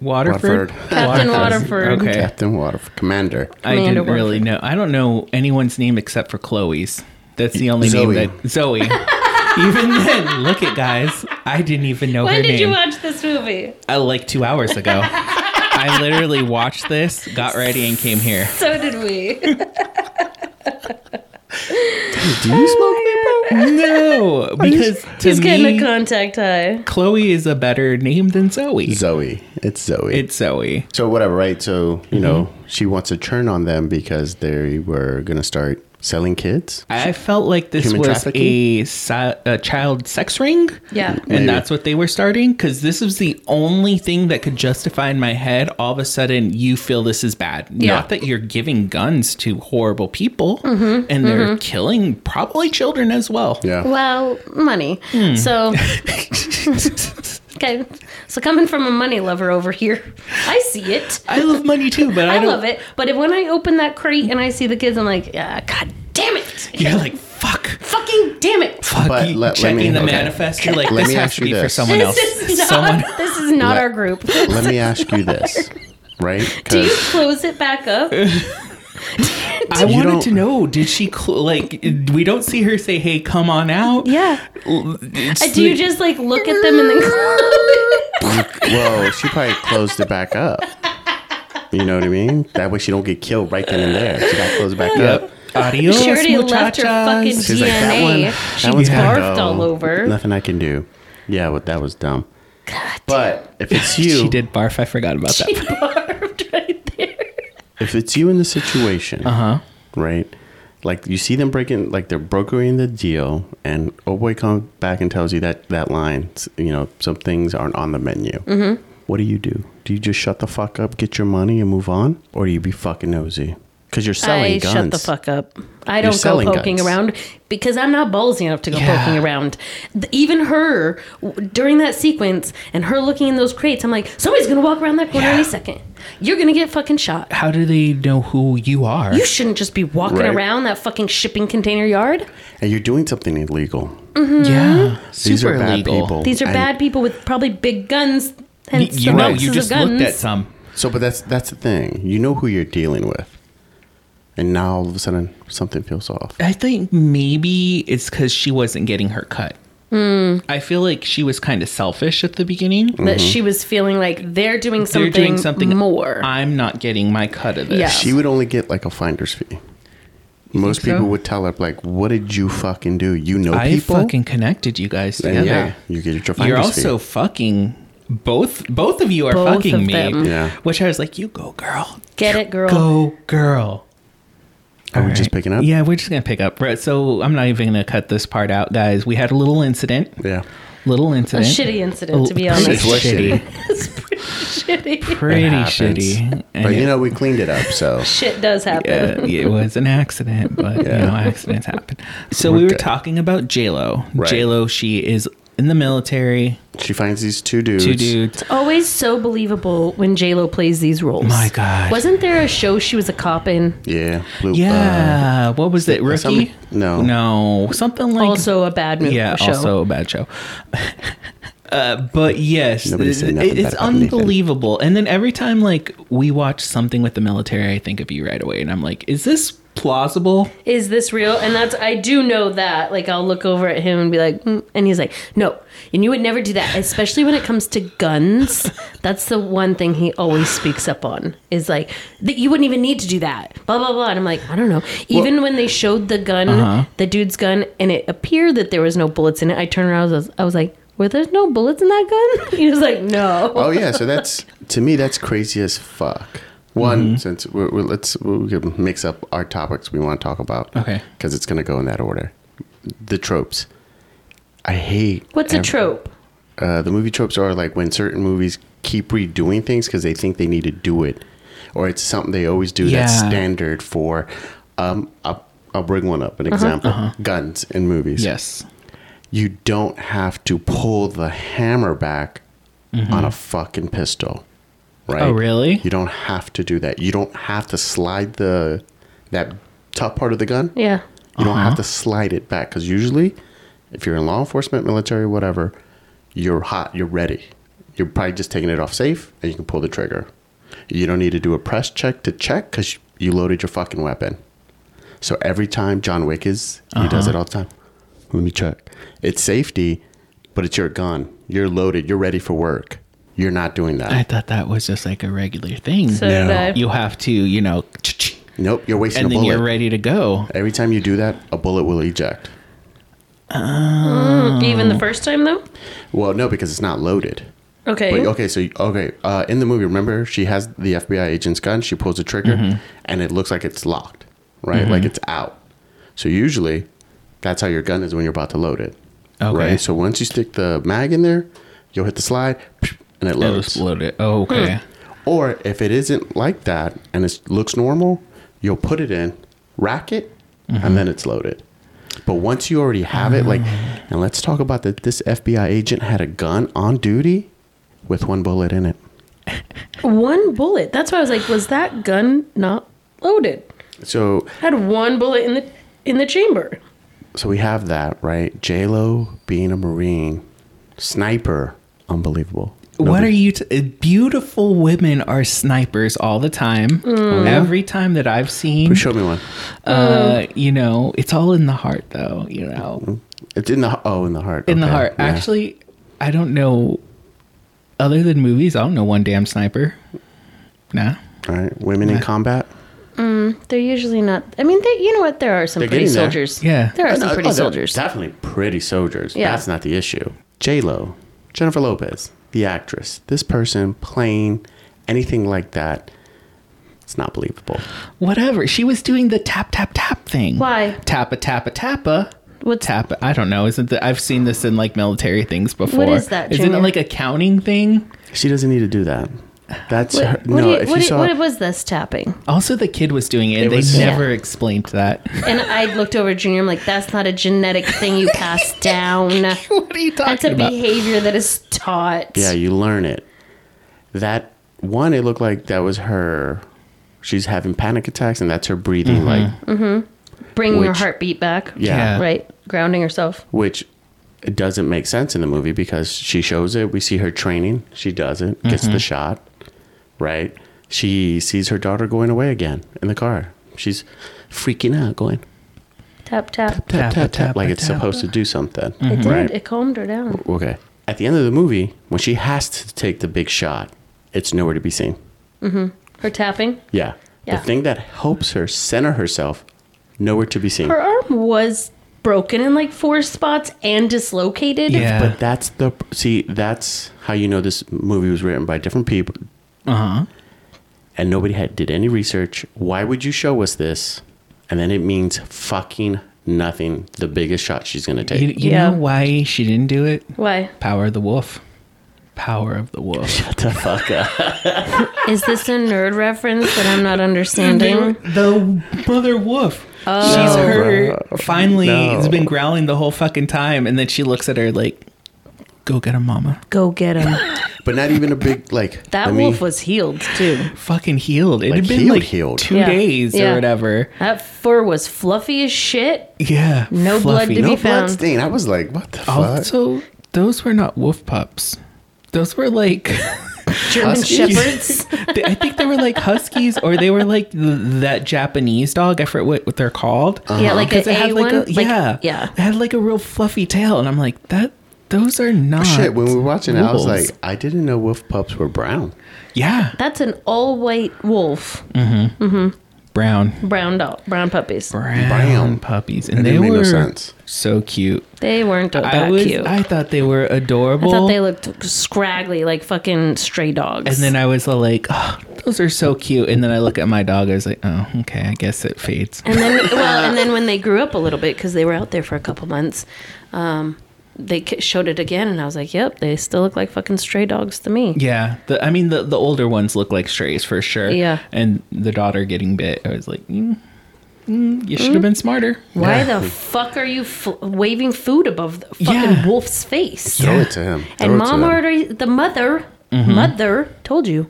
Speaker 3: Waterford.
Speaker 1: Waterford.
Speaker 2: Captain Waterford.
Speaker 3: Okay.
Speaker 1: Captain Waterford, Commander.
Speaker 3: I
Speaker 2: Commander
Speaker 3: didn't really
Speaker 2: Waterford.
Speaker 3: know. I don't know anyone's name except for Chloe's. That's the only
Speaker 1: Zoe.
Speaker 3: name that Zoe. even then, look at guys. I didn't even know her
Speaker 2: When did
Speaker 3: name.
Speaker 2: you watch this movie?
Speaker 3: uh, like two hours ago. I literally watched this, got ready, and came here.
Speaker 2: So did we.
Speaker 1: Do you smoke that, bro?
Speaker 3: No, because to
Speaker 2: He's getting
Speaker 3: me,
Speaker 2: a contact high.
Speaker 3: Chloe is a better name than Zoe.
Speaker 1: Zoe. It's Zoe.
Speaker 3: it's Zoe.
Speaker 1: so whatever, right? So you know, she wants to turn on them because they were gonna start selling kids.
Speaker 3: I felt like this
Speaker 1: Human
Speaker 3: was
Speaker 1: trafficking?
Speaker 3: a, si- a child sex ring.
Speaker 2: Yeah.
Speaker 1: Maybe.
Speaker 3: And that's what they were starting because this was the only thing that could justify in my head. All of a sudden, you feel this is bad.
Speaker 2: Yeah.
Speaker 3: Not that you're giving guns to horrible people and they're killing probably children as well.
Speaker 1: Mm-hmm, Yeah.
Speaker 2: Well, money.
Speaker 3: Hmm.
Speaker 2: So okay. So coming from a money lover over here, I see it.
Speaker 3: I love money too, but I,
Speaker 2: I,
Speaker 3: don't,
Speaker 2: love it. But if, when I open that crate and I see the kids, I'm like, ah, God damn it!
Speaker 3: You're like, fuck.
Speaker 2: Fucking damn it!
Speaker 3: Fuck.
Speaker 1: But
Speaker 3: you
Speaker 1: let- let
Speaker 3: checking
Speaker 1: me-
Speaker 3: the
Speaker 1: okay.
Speaker 3: manifest. You're like,
Speaker 1: Let
Speaker 3: this
Speaker 1: me
Speaker 3: has
Speaker 1: ask
Speaker 3: to
Speaker 1: you
Speaker 3: be for
Speaker 1: this.
Speaker 3: someone else.
Speaker 2: This is not.
Speaker 3: Someone.
Speaker 2: This is not
Speaker 1: Let-
Speaker 2: our group.
Speaker 1: Let me ask you this, right?
Speaker 2: Do you
Speaker 1: 'Cause
Speaker 2: close it back up?
Speaker 3: I
Speaker 1: You
Speaker 3: wanted
Speaker 1: don't-
Speaker 3: to know did she cl- like we don't see her say hey come on out
Speaker 2: Yeah.
Speaker 3: It's
Speaker 2: Uh, Do you
Speaker 3: the-
Speaker 2: just like look at them and then
Speaker 1: Well, she probably closed it back up. You know what I mean? That way she don't get killed right then and there. She got to close it back up.
Speaker 3: Adios,
Speaker 2: She already
Speaker 3: muchachas.
Speaker 2: left her fucking
Speaker 1: She's like that
Speaker 2: DNA.
Speaker 1: one. That
Speaker 2: She
Speaker 1: one's gotta
Speaker 2: barfed
Speaker 1: go.
Speaker 2: all over.
Speaker 1: Nothing I can do. Yeah, but that was dumb. But if it's you,
Speaker 3: She did barf. I forgot about that.
Speaker 2: she barfed right there?
Speaker 1: if it's you in the situation, uh huh, right? Like you see them breaking, like they're brokering the deal, and oh boy, comes back and tells you that that line, s- you know, some things aren't on the menu. Mm-hmm. What do you do? Do you just shut the fuck up, get your money, and move on, or do you be fucking nosy? Because you're selling
Speaker 2: I
Speaker 1: guns.
Speaker 2: shut the fuck up. I don't go
Speaker 1: selling
Speaker 2: poking
Speaker 1: guns.
Speaker 2: around because I'm not ballsy enough to go
Speaker 3: Yeah.
Speaker 2: poking around. Th- Even her w- during that sequence and her looking in those crates, I'm like, somebody's gonna walk around that corner
Speaker 3: Yeah.
Speaker 2: any second. You're gonna get fucking shot.
Speaker 3: How do they know who you are?
Speaker 2: You shouldn't just be walking
Speaker 1: Right.
Speaker 2: around that fucking shipping container yard.
Speaker 1: And you're doing something illegal.
Speaker 3: yeah, super
Speaker 1: These are bad
Speaker 3: illegal.
Speaker 1: people.
Speaker 2: These are
Speaker 1: And-
Speaker 2: bad people with probably big guns.
Speaker 3: Y-
Speaker 2: Hence
Speaker 3: you
Speaker 2: the
Speaker 3: know,
Speaker 2: boxes
Speaker 3: you just
Speaker 2: of guns.
Speaker 3: looked at some.
Speaker 1: So, but that's that's the thing. You know who you're dealing with, and now all of a sudden something feels off.
Speaker 3: I think maybe it's because she wasn't getting her cut.
Speaker 2: Hmm.
Speaker 3: I feel like she was kind of selfish at the beginning.
Speaker 2: that she was feeling like they're doing something,
Speaker 3: Mm-hmm. They're doing something
Speaker 2: more.
Speaker 3: I'm not getting my cut of this.
Speaker 2: Yeah.
Speaker 1: She would only get like a finder's fee. Most
Speaker 3: think so?
Speaker 1: people would tell her like, "What did you fucking do? You know
Speaker 3: I
Speaker 1: people."
Speaker 3: fucking connected you guys
Speaker 1: Then,
Speaker 3: together.
Speaker 1: yeah, you get your finder's
Speaker 3: You're
Speaker 1: fee.
Speaker 3: also fucking both. Both of you are
Speaker 2: Both
Speaker 3: fucking
Speaker 2: of
Speaker 3: me.
Speaker 2: them.
Speaker 1: Yeah.
Speaker 3: Which I was like, you go, girl.
Speaker 2: Get it, girl.
Speaker 3: Go, girl.
Speaker 1: Are we
Speaker 3: All
Speaker 1: just
Speaker 3: right.
Speaker 1: picking up?
Speaker 3: Yeah, we're just gonna pick up. Right, so I'm not even gonna cut this part out, guys. We had a little incident.
Speaker 1: Yeah.
Speaker 3: Little
Speaker 2: A
Speaker 3: incident.
Speaker 2: shitty incident, to be
Speaker 3: Oh,
Speaker 2: honest.
Speaker 1: It was shitty.
Speaker 2: it's pretty shitty.
Speaker 3: Pretty
Speaker 1: It happens.
Speaker 3: shitty.
Speaker 1: but
Speaker 3: And
Speaker 1: you
Speaker 3: it-
Speaker 1: know, we cleaned it up. So
Speaker 2: Shit does happen.
Speaker 3: uh, it was an accident, but
Speaker 1: Yeah.
Speaker 3: you know, accidents happen. So we
Speaker 1: We're
Speaker 3: were
Speaker 1: good.
Speaker 3: talking about J Lo.
Speaker 1: Right.
Speaker 3: J Lo, she is in the military.
Speaker 1: she finds these two dudes.
Speaker 3: Two dudes.
Speaker 2: It's always so believable when J Lo plays these roles.
Speaker 3: My God.
Speaker 2: Wasn't there a show she was a cop in?
Speaker 1: Yeah. Blue, uh,
Speaker 3: Yeah. what was it? Rookie?
Speaker 1: some- no.
Speaker 3: No. Something like
Speaker 2: also a bad movie
Speaker 3: yeah,
Speaker 2: show.
Speaker 3: also a bad show. uh, but yes,
Speaker 1: Nobody said
Speaker 3: it-
Speaker 1: nothing
Speaker 3: it's
Speaker 1: bad about Nathan.
Speaker 3: unbelievable. And then every time like we watch something with the military, I think of you right away, and I'm like, is this plausible?
Speaker 2: Is this real? And that's I do know that. Like I'll look over at him and be like, mm. and he's like, no. And you would never do that, especially when it comes to guns. that's the one thing he always speaks up on is like that you wouldn't even need to do that. Blah blah blah. And I'm like, I don't know. Even when they showed the gun, the dude's gun, and it appeared that there was no bullets in it, I turned around. I was, I was like, were there no bullets in that gun? he was like, no.
Speaker 1: Oh yeah, so that's to me that's crazy as fuck. One,
Speaker 3: Mm-hmm.
Speaker 1: since we're, we're, let's we can mix up our topics we want to talk about.
Speaker 3: Okay.
Speaker 1: because it's gonna go in that order. The tropes. I hate.
Speaker 2: What's a
Speaker 1: ev-
Speaker 2: trope?
Speaker 1: Uh, the movie tropes are like when certain movies keep redoing things because they think they need to do it, or it's something they always do that's
Speaker 3: Yeah.
Speaker 1: standard for. Um, I'll, I'll bring one up. An
Speaker 3: Uh-huh.
Speaker 1: example: guns in movies
Speaker 3: Yes.
Speaker 1: you don't have to pull the hammer back on a fucking pistol. Right?
Speaker 3: Mm-hmm. Oh, really?
Speaker 1: You don't have to do that. You don't have to slide the that top part of the gun.
Speaker 2: Yeah.
Speaker 1: You don't
Speaker 3: Uh-huh.
Speaker 1: have to slide it back cuz usually if you're in law enforcement, military, whatever, you're hot, you're ready. You're probably just taking it off safe and you can pull the trigger. You don't need to do a press check to check cuz you loaded your fucking weapon. So every time John Wick is, he does it
Speaker 3: Uh-huh.
Speaker 1: all the time. Let me check. It's safety, but it's your gun. You're loaded. You're ready for work. You're not doing that.
Speaker 3: I thought that was just like a regular thing.
Speaker 2: So did I.
Speaker 3: You have to, you know,
Speaker 1: nope. You're wasting
Speaker 3: and
Speaker 1: a
Speaker 3: then
Speaker 1: bullet.
Speaker 3: you're ready to go.
Speaker 1: Every time you do that, a bullet will eject.
Speaker 2: Even the first time though.
Speaker 1: Well, no, because it's not loaded.
Speaker 2: Okay.
Speaker 1: Wait, okay, so okay, uh, in the movie, remember she has the FBI agent's gun. She pulls the trigger, and it looks like it's locked, right? Like it's out. So usually, that's how your gun is when you're about to load it,
Speaker 3: Okay.
Speaker 1: right? So once you stick the mag in there, you'll hit the slide, and it
Speaker 3: It'll
Speaker 1: loads.
Speaker 3: explode it. Oh, okay.
Speaker 2: Hmm.
Speaker 1: Or if it isn't like that and it looks normal, you'll put it in, rack it, and then it's loaded. But once you already have it, like, and let's talk about that this FBI agent had a gun on duty with one bullet in it.
Speaker 2: One bullet. That's why I was like, was that gun not loaded?
Speaker 1: So,
Speaker 2: Had one bullet in the in the chamber.
Speaker 1: so we have that, right? J Lo being a Marine, sniper, Unbelievable.
Speaker 3: What
Speaker 1: Nobody-
Speaker 3: are you? T- eh, beautiful women are snipers all the time.
Speaker 2: Mm. Oh,
Speaker 3: Every time that I've seen,
Speaker 1: Show me one.
Speaker 2: Oh.
Speaker 3: uh, you know, it's all in the heart, though. You know,
Speaker 1: It's in the oh in the heart.
Speaker 3: in the
Speaker 1: Mm-hmm. Okay,
Speaker 3: heart.
Speaker 1: yeah.
Speaker 3: Actually, I don't know. Other than movies, I don't know one damn sniper. Nah.
Speaker 1: all right. Women in combat.
Speaker 2: They're usually not. I mean, they, you know what? There are some
Speaker 1: They're
Speaker 2: pretty
Speaker 1: getting there.
Speaker 2: soldiers.
Speaker 3: Yeah.
Speaker 2: there are some
Speaker 1: Oh,
Speaker 2: pretty
Speaker 1: they're
Speaker 2: soldiers.
Speaker 1: Definitely pretty soldiers.
Speaker 2: Yeah.
Speaker 1: That's not the issue. J Lo, Jennifer Lopez, the actress. This person playing anything like that. It's not believable.
Speaker 3: Whatever. She was doing the tap tap tap thing.
Speaker 2: Why?
Speaker 3: Tappa tappa tappa.
Speaker 2: What's-
Speaker 3: tap? I don't know. Isn't that I've seen this in like military things before.
Speaker 2: is that,
Speaker 3: Isn't
Speaker 2: Junior?
Speaker 3: it like a counting thing?
Speaker 1: She doesn't need to do that. That's
Speaker 2: What,
Speaker 1: her,
Speaker 2: what,
Speaker 1: no.
Speaker 2: do you-
Speaker 1: if
Speaker 2: what
Speaker 1: you
Speaker 2: do-
Speaker 1: saw,
Speaker 2: what was this tapping?
Speaker 3: Also, the kid was doing it. and they
Speaker 1: was- Yeah.
Speaker 3: never explained that.
Speaker 2: And I looked over at Junior. I'm like, that's not a genetic thing you pass down.
Speaker 3: what are you
Speaker 2: That's a
Speaker 3: talking about?
Speaker 2: behavior that is taught.
Speaker 1: yeah, you learn it. That one, it looked like that was her. She's having panic attacks, and that's her breathing. Like,
Speaker 2: Bringing her
Speaker 1: Which-
Speaker 2: heartbeat back.
Speaker 1: yeah,
Speaker 3: Yeah.
Speaker 2: Right. Grounding herself.
Speaker 1: which it doesn't make sense in the movie because she shows it. We see her training. She does it, gets the shot, right? She sees her daughter going away again in the car. She's freaking out, going
Speaker 2: Tap, tap.
Speaker 1: tap, tap, tap,
Speaker 3: Tappa,
Speaker 1: Mm-hmm. like
Speaker 3: tappa,
Speaker 1: it's supposed to
Speaker 3: tappa.
Speaker 1: do something,
Speaker 2: It did.
Speaker 1: right?
Speaker 2: It calmed her down.
Speaker 1: Okay. At the end of the movie, when she has to take the big shot, it's nowhere to be seen.
Speaker 2: Her tapping.
Speaker 1: Yeah.
Speaker 2: Yeah.
Speaker 1: The thing that helps her center herself, nowhere to be seen.
Speaker 2: Her arm was broken in like four spots and dislocated.
Speaker 3: Yeah.
Speaker 1: But that's the see. That's how you know this movie was written by different people,
Speaker 3: Uh huh.
Speaker 1: and nobody had did any research. Why would you show us this? And then it means fucking nothing. The biggest shot she's gonna take.
Speaker 3: You, you
Speaker 2: Yeah.
Speaker 3: know why she didn't do it?
Speaker 2: Why?
Speaker 3: Power of the wolf. Power of the wolf.
Speaker 1: Shut the fuck up.
Speaker 2: Is this a nerd reference that I'm not understanding?
Speaker 3: the mother wolf.
Speaker 2: Oh.
Speaker 3: She's
Speaker 1: No,
Speaker 3: her.
Speaker 1: bro.
Speaker 3: Finally,
Speaker 1: No.
Speaker 3: it's been growling the whole fucking time, and then she looks at her like, "Go get a mama."
Speaker 2: Go get him.
Speaker 1: But not even a big like.
Speaker 2: That
Speaker 1: let me-
Speaker 2: wolf was healed too.
Speaker 3: Fucking healed. It
Speaker 1: Like,
Speaker 3: had been
Speaker 1: healed,
Speaker 3: like
Speaker 1: healed.
Speaker 3: two
Speaker 2: Yeah.
Speaker 3: days
Speaker 2: Yeah.
Speaker 3: or whatever.
Speaker 2: That fur was fluffy as shit.
Speaker 3: Yeah.
Speaker 2: No blood to
Speaker 1: no
Speaker 2: be found.
Speaker 1: blood stain. I was like,
Speaker 3: Oh,
Speaker 1: what the fuck?
Speaker 3: Also, those were not wolf pups. Those were like
Speaker 2: German
Speaker 3: Huskies.
Speaker 2: shepherds.
Speaker 3: They- I think they were like huskies, or they were like th- that Japanese dog. I forget what, what they're called.
Speaker 2: Yeah, like
Speaker 3: Because
Speaker 2: an
Speaker 3: it had
Speaker 2: A
Speaker 3: like
Speaker 2: one.
Speaker 3: a yeah,
Speaker 2: yeah.
Speaker 3: It had like a real fluffy tail, and I'm like that. Those are not
Speaker 1: Shit. When we were watching it, I was
Speaker 3: wolves.
Speaker 1: like, I didn't know wolf pups were brown.
Speaker 3: yeah,
Speaker 2: That's an all-white wolf,
Speaker 3: brown,
Speaker 2: brown dog, brown puppies.
Speaker 3: brown,
Speaker 1: Brown.
Speaker 3: puppies, and
Speaker 1: That
Speaker 3: they
Speaker 1: didn't
Speaker 3: were
Speaker 1: make no sense.
Speaker 3: so cute.
Speaker 2: They weren't that
Speaker 3: I was,
Speaker 2: cute. I,
Speaker 3: I thought they were adorable.
Speaker 2: thought they looked scraggly, like fucking stray dogs.
Speaker 3: and then I was like, oh, those are so cute. And then I look at my dog. I was like, oh, okay, I guess it fades.
Speaker 2: And then, well, and then when they grew up a little bit, because they were out there for a couple months, um, they k- showed it again, and I was like, "Yep, they still look like fucking stray dogs to me."
Speaker 3: Yeah, the, I mean the the older ones look like strays for sure.
Speaker 2: Yeah.
Speaker 3: and the daughter getting bit, I was like, mm, mm, you should have been smarter.
Speaker 2: Mm-hmm. Why
Speaker 1: Yeah.
Speaker 2: the fuck are you f- waving food above the fucking
Speaker 3: Yeah.
Speaker 2: wolf's face?
Speaker 1: Throw it to him. Throw
Speaker 2: And
Speaker 1: it to
Speaker 2: mom
Speaker 1: them.
Speaker 2: already, the mother, mother told you,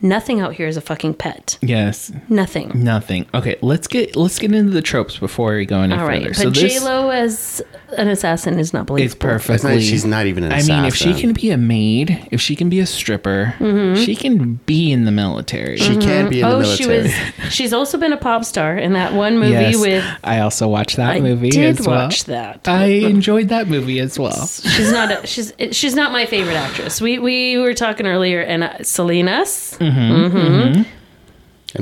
Speaker 2: nothing out here is a fucking pet.
Speaker 3: Yes,
Speaker 2: Nothing.
Speaker 3: nothing. Okay, let's get let's get into the tropes before we go any
Speaker 2: All right,
Speaker 3: further.
Speaker 2: but J Lo as an assassin is not believable.
Speaker 3: is perfectly.
Speaker 1: It's not- she's not even an
Speaker 3: I mean, if she
Speaker 1: assassin.
Speaker 3: can be a maid, if she can be a stripper,
Speaker 2: Mm-hmm.
Speaker 3: she can be in the military.
Speaker 1: She can be in the
Speaker 2: Oh, she
Speaker 1: military.
Speaker 2: was. She's also been a pop star in that one movie
Speaker 3: Yes,
Speaker 2: with.
Speaker 3: I also watched that
Speaker 2: I
Speaker 3: movie.
Speaker 2: did
Speaker 3: as well.
Speaker 2: watch that.
Speaker 3: I enjoyed that movie as well.
Speaker 2: She's not. A, she's she's not my favorite actress. We we were talking earlier, and uh, Selena's.
Speaker 3: Mm.
Speaker 1: And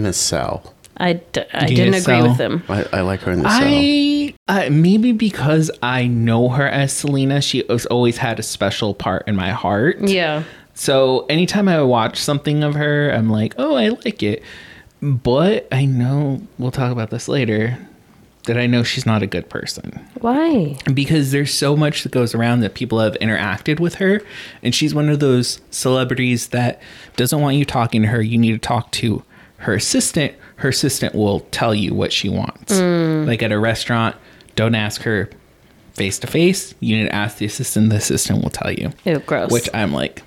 Speaker 1: then Sal.
Speaker 2: I, d- I
Speaker 3: Yeah,
Speaker 2: didn't agree
Speaker 3: so-
Speaker 2: with them.
Speaker 1: I, I like her in the cell.
Speaker 3: I uh, maybe because I know her as Selena, she has always had a special part in my heart.
Speaker 2: Yeah,
Speaker 3: So anytime I watch something of her, I'm like, oh, I like it. But I know we'll talk about this later. That I know she's not a good person
Speaker 2: why?
Speaker 3: because there's so much that goes around that people have interacted with her, and she's one of those celebrities that doesn't want you talking to her. You need to talk to her assistant. Her assistant will tell you what she wants. Like at a restaurant, don't ask her face to face. You need to ask the assistant. The assistant will tell you.
Speaker 2: Ew, gross.
Speaker 3: Which I'm like,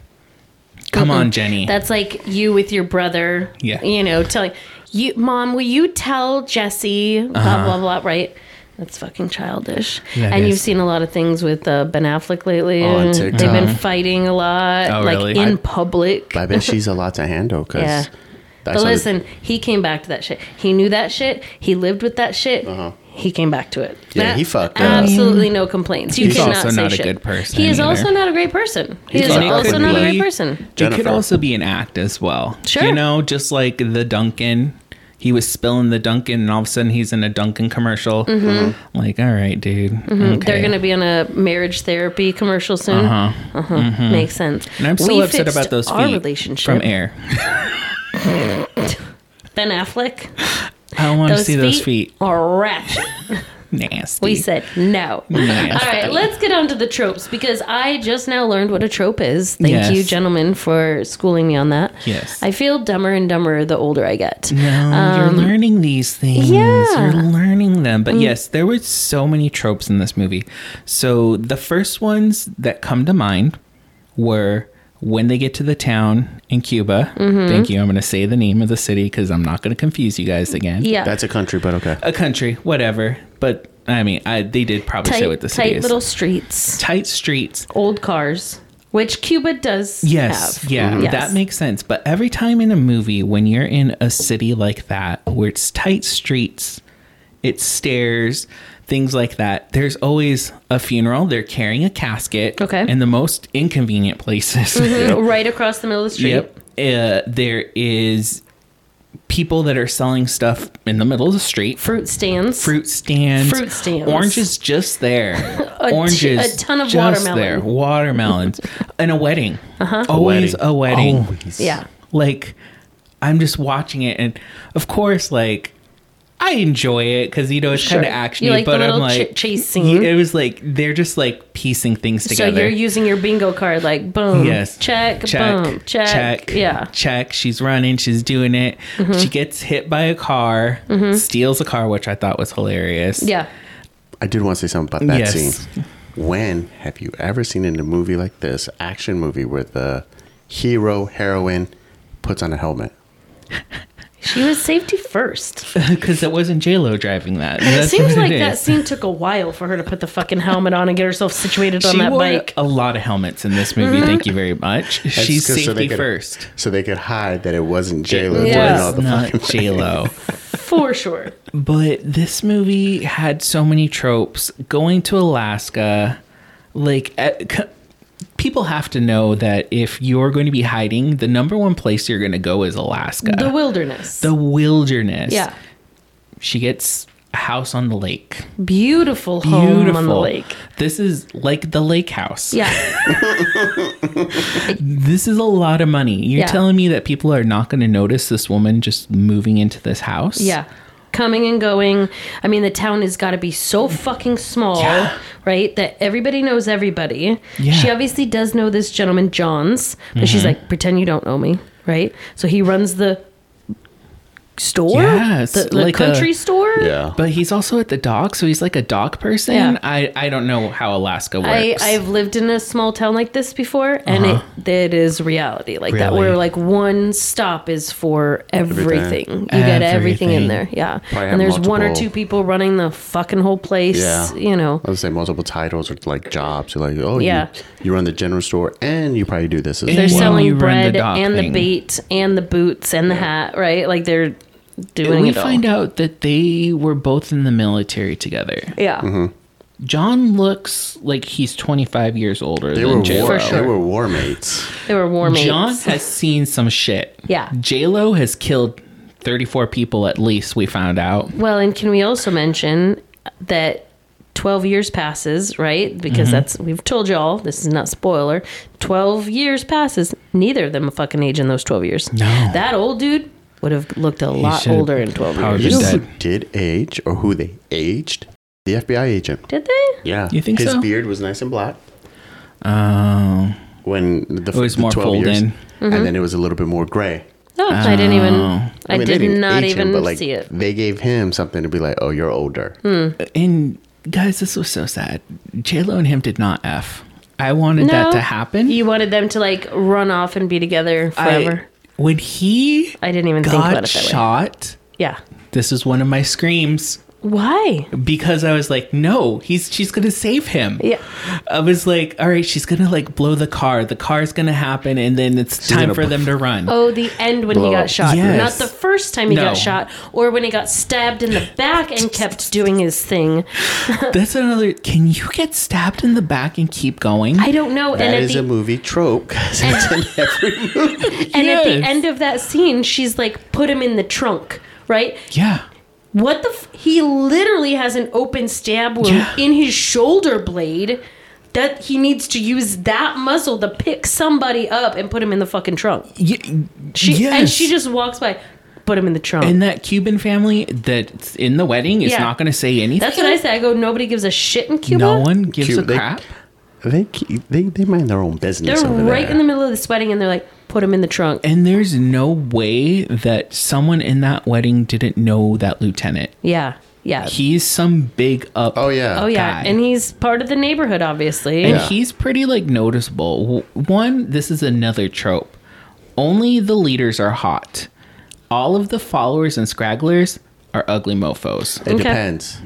Speaker 3: come on, Jenny.
Speaker 2: That's like you with your brother.
Speaker 3: Yeah. Uh-huh.
Speaker 2: You know, telling you, mom, will you tell Jesse, blah, blah, blah, right? That's fucking childish.
Speaker 3: That
Speaker 2: and
Speaker 3: is.
Speaker 2: you've seen a lot of things with uh, Ben Affleck lately.
Speaker 1: Oh, on
Speaker 2: They've
Speaker 1: TikTok.
Speaker 2: been fighting a lot,
Speaker 3: Oh,
Speaker 2: like
Speaker 3: really?
Speaker 2: in
Speaker 3: I-
Speaker 2: public.
Speaker 1: But I bet she's a lot to handle because.
Speaker 2: Yeah. But listen, he came back to that shit. He knew that shit. He lived with that shit. He came back to it.
Speaker 1: Uh-huh. Yeah,
Speaker 2: That-
Speaker 1: he fucked up.
Speaker 2: Absolutely no complaints. You
Speaker 3: He's
Speaker 2: cannot
Speaker 3: also
Speaker 2: say
Speaker 3: not a
Speaker 2: shit.
Speaker 3: good person
Speaker 2: He is
Speaker 3: either.
Speaker 2: also not a great person. He
Speaker 3: He's
Speaker 2: is
Speaker 3: not a
Speaker 2: also
Speaker 3: good
Speaker 2: not a great
Speaker 3: leader.
Speaker 2: person.
Speaker 3: It could
Speaker 1: Jennifer.
Speaker 3: also be an act as well.
Speaker 2: Sure.
Speaker 3: You know, just like the Duncan. He was spilling the Duncan, and all of a sudden he's in a Duncan commercial. Like, all right, dude. Okay.
Speaker 2: Mm-hmm. They're going to be on a marriage therapy commercial soon. Uh-huh. Makes sense.
Speaker 3: Mm-hmm. And I'm so
Speaker 2: We
Speaker 3: upset
Speaker 2: fixed
Speaker 3: about those feet
Speaker 2: Our relationship.
Speaker 3: from Air.
Speaker 2: Ben Affleck.
Speaker 3: I don't want to
Speaker 2: Those
Speaker 3: see
Speaker 2: feet,
Speaker 3: those feet.
Speaker 2: are ratchet.
Speaker 3: Nasty.
Speaker 2: We said no.
Speaker 3: Nasty.
Speaker 2: All right, let's get on to the tropes because I just now learned what a trope is. Thank
Speaker 3: Yes.
Speaker 2: you, gentlemen, for schooling me on that.
Speaker 3: Yes.
Speaker 2: I feel dumber and dumber the older I get.
Speaker 3: No, you're learning these things.
Speaker 2: Um, yeah. Mm.
Speaker 3: You're learning them. But yes, there were so many tropes in this movie. So the first ones that come to mind were when they get to the town in Cuba.
Speaker 2: Mm-hmm.
Speaker 3: Thank you. I'm going to say the name of the city because I'm not going to confuse you guys again.
Speaker 2: Yeah.
Speaker 1: That's a country, but okay.
Speaker 3: A country, whatever. But I mean, I, they did probably
Speaker 2: tight,
Speaker 3: say what the city
Speaker 2: tight
Speaker 3: is.
Speaker 2: little streets,
Speaker 3: tight streets.
Speaker 2: old cars, which Cuba does
Speaker 3: Yes,
Speaker 2: have.
Speaker 3: yeah,
Speaker 2: Yes.
Speaker 3: that makes sense. But every time in a movie, when you're in a city like that, where it's tight streets, it's stairs, things like that, there's always a funeral. They're carrying a casket.
Speaker 2: Okay. Mm-hmm. Oh,
Speaker 3: In the most inconvenient places.
Speaker 2: right across the middle of the street.
Speaker 3: Yep. Uh, there is people that are selling stuff in the middle of the street.
Speaker 2: Fruit stands.
Speaker 3: Fruit stands.
Speaker 2: Fruit stands.
Speaker 3: Oranges just there.
Speaker 2: t-
Speaker 3: Oranges.
Speaker 2: a ton of
Speaker 3: just
Speaker 2: watermelon.
Speaker 3: there.
Speaker 2: Uh-huh.
Speaker 3: Watermelons. and a wedding. Always
Speaker 1: Wedding. Oh.
Speaker 3: a wedding
Speaker 1: Always.
Speaker 2: Yeah.
Speaker 3: like i'm just watching it and of course like i enjoy it because you know it's
Speaker 2: Sure.
Speaker 3: kind of actiony
Speaker 2: You like the
Speaker 3: but i'm
Speaker 2: little
Speaker 3: like
Speaker 2: ch- chase scene?
Speaker 3: it was like they're just like piecing things
Speaker 2: So
Speaker 3: together
Speaker 2: you're using your bingo card, like boom,
Speaker 3: yes
Speaker 2: check, boom, check, yeah. Mm-hmm.
Speaker 3: check she's running she's doing it she gets hit by a car steals a car which i thought was hilarious
Speaker 2: Yeah.
Speaker 1: I did want to say something about that
Speaker 3: Yes.
Speaker 1: scene. When have you ever seen in a movie like this, action movie, where the hero, heroine puts on a helmet?
Speaker 2: She was safety first.
Speaker 3: because it wasn't j-lo driving that That's
Speaker 2: Seems
Speaker 3: what
Speaker 2: like
Speaker 3: it
Speaker 2: that
Speaker 3: is.
Speaker 2: scene took a while for her to put the fucking helmet on and get herself situated on
Speaker 3: she
Speaker 2: that
Speaker 3: wore
Speaker 2: bike.
Speaker 3: a lot of helmets in this movie thank you very much
Speaker 1: That's
Speaker 3: she's
Speaker 1: 'cause
Speaker 3: safety
Speaker 1: so they could-
Speaker 3: first
Speaker 1: So they could hide that it wasn't Jayla.
Speaker 2: was
Speaker 1: doing
Speaker 2: Yeah.
Speaker 1: all
Speaker 3: It's
Speaker 1: the
Speaker 3: not
Speaker 1: fucking-
Speaker 3: J Lo.
Speaker 2: For sure.
Speaker 3: But this movie had so many tropes. Going to Alaska, like at, c- people have to know that if you're going to be hiding, the number one place you're going to go is Alaska,
Speaker 2: The wilderness.
Speaker 3: the wilderness.
Speaker 2: yeah.
Speaker 3: she gets a house on the lake.
Speaker 2: Beautiful home
Speaker 3: Beautiful
Speaker 2: on the lake.
Speaker 3: This is like the lake house.
Speaker 2: Yeah.
Speaker 3: This is a lot of money. You're
Speaker 2: Yeah.
Speaker 3: telling me that people are not going to notice this woman just moving into this house?
Speaker 2: Yeah. Coming and going. I mean, the town has got to be so fucking small,
Speaker 3: Yeah.
Speaker 2: right? That everybody knows everybody.
Speaker 3: Yeah. Mm-hmm.
Speaker 2: She obviously does know this gentleman, Johns, but she's like, pretend you don't know me, right? So he runs the store,
Speaker 3: Yeah, it's
Speaker 2: the, the
Speaker 3: like a-
Speaker 2: country store.
Speaker 1: Yeah.
Speaker 3: But he's also at the dock, so he's like a dock person.
Speaker 2: Yeah.
Speaker 3: I, I don't know how Alaska
Speaker 2: I,
Speaker 3: works.
Speaker 2: I've lived in a small town like this before, and it it is reality like that,
Speaker 3: Uh-huh. Really?
Speaker 2: where like one stop is for everything.
Speaker 1: Everything.
Speaker 2: You get everything in
Speaker 3: Everything.
Speaker 2: there, yeah.
Speaker 1: Probably
Speaker 2: and
Speaker 1: have
Speaker 2: there's one or
Speaker 1: multiple-
Speaker 2: two people running the fucking whole place.
Speaker 1: Yeah.
Speaker 2: You know,
Speaker 1: I would say multiple titles or like jobs. You're like, oh,
Speaker 2: Yeah.
Speaker 1: yeah. you, you run the general store and you probably do this as
Speaker 3: They're
Speaker 2: they're
Speaker 1: well.
Speaker 3: Wow. You run the
Speaker 2: selling bread
Speaker 3: dock
Speaker 2: and the
Speaker 3: thing.
Speaker 2: bait and the boots and the hat, right? Like they're doing
Speaker 3: we
Speaker 2: it all.
Speaker 3: find out that they were both in the military together.
Speaker 2: yeah,
Speaker 3: John looks like he's 25 years older
Speaker 1: They were,
Speaker 3: than
Speaker 1: war,
Speaker 3: J-Lo.
Speaker 2: For sure.
Speaker 1: they were war mates.
Speaker 2: they were war mates.
Speaker 3: John has seen some shit.
Speaker 2: Yeah.
Speaker 3: J-Lo has killed 34 people at least, we found out.
Speaker 2: Well, and can we also mention that 12 years passes, right? Because that's, we've told y'all, this is not spoiler. 12 years passes. Neither of them a fucking age in those 12 years. No. That old dude would have looked a lot
Speaker 3: should've
Speaker 2: older in 12
Speaker 3: probably-
Speaker 2: years.
Speaker 1: You know
Speaker 3: Just
Speaker 1: who
Speaker 3: dead.
Speaker 1: did age or who they aged? The FBI agent.
Speaker 2: Did they?
Speaker 1: Yeah.
Speaker 3: You think
Speaker 1: His
Speaker 3: so?
Speaker 1: beard was nice and black
Speaker 3: Oh.
Speaker 1: when the,
Speaker 3: It was
Speaker 1: the
Speaker 3: Oh, more
Speaker 1: 12
Speaker 3: pulled
Speaker 1: years.
Speaker 3: in.
Speaker 1: And then it was a little bit more gray.
Speaker 2: No, I didn't even,
Speaker 3: Oh.
Speaker 2: Mm-hmm. I,
Speaker 1: mean, they
Speaker 2: did not
Speaker 1: age
Speaker 2: even
Speaker 1: him, but, like,
Speaker 2: see it. Mm,
Speaker 1: They gave him something to be like, oh, you're older.
Speaker 3: And guys, this was so sad. J-Lo and him did not F. I wanted
Speaker 2: No.
Speaker 3: that to happen.
Speaker 2: You wanted them to like run off and be together forever.
Speaker 3: I, when he
Speaker 2: I, didn't even think
Speaker 3: got
Speaker 2: about it that way.
Speaker 3: shot,
Speaker 2: Yeah.
Speaker 3: this is one of my screams.
Speaker 2: Why?
Speaker 3: because I was like, no, he's she's gonna save him.
Speaker 2: Yeah.
Speaker 3: I was like, all right, she's gonna like blow the car. The car's gonna happen, and then it's time
Speaker 1: gonna
Speaker 3: for them to run.
Speaker 2: Oh, the end when
Speaker 1: Blow
Speaker 2: he
Speaker 1: up.
Speaker 2: got shot.
Speaker 3: Yes.
Speaker 2: Not the first time he
Speaker 3: No.
Speaker 2: got shot, or when he got stabbed in the back and kept doing his thing.
Speaker 3: That's another. Can you get stabbed in the back and keep going?
Speaker 2: I don't know.
Speaker 1: That
Speaker 2: and
Speaker 1: is
Speaker 2: at
Speaker 1: a
Speaker 2: the,
Speaker 1: movie trope. 'cause it's in every movie.
Speaker 2: and
Speaker 3: Yes.
Speaker 2: at the end of that scene, she's like, "Put him in the trunk." Right?
Speaker 3: yeah.
Speaker 2: What the? F- he literally has an open stab wound
Speaker 3: Yeah.
Speaker 2: in his shoulder blade. That he needs to use that muscle to pick somebody up and put him in the fucking trunk.
Speaker 3: Y-
Speaker 2: She
Speaker 3: yes.
Speaker 2: and she just walks by, put him in the trunk.
Speaker 3: And that Cuban family that's in the wedding is
Speaker 2: Yeah.
Speaker 3: not going to say anything.
Speaker 2: That's what I say. I go, nobody gives a shit in Cuba.
Speaker 3: No one gives
Speaker 1: Cuba,
Speaker 3: a
Speaker 1: they-
Speaker 3: crap.
Speaker 1: They, keep- they they mind their own business
Speaker 2: They're
Speaker 1: over
Speaker 2: right
Speaker 1: there.
Speaker 2: in the middle of this wedding and they're like, put him in the trunk.
Speaker 3: and there's no way that someone in that wedding didn't know that lieutenant.
Speaker 2: yeah. Yeah.
Speaker 3: He's some big up.
Speaker 1: oh yeah.
Speaker 2: oh, yeah.
Speaker 3: guy.
Speaker 2: And he's part of the neighborhood, obviously.
Speaker 3: And
Speaker 1: Yeah.
Speaker 3: he's pretty like noticeable. W- One, this is another trope. Only the leaders are hot. All of the followers and scragglers are ugly mofos.
Speaker 1: It
Speaker 2: Okay.
Speaker 1: depends.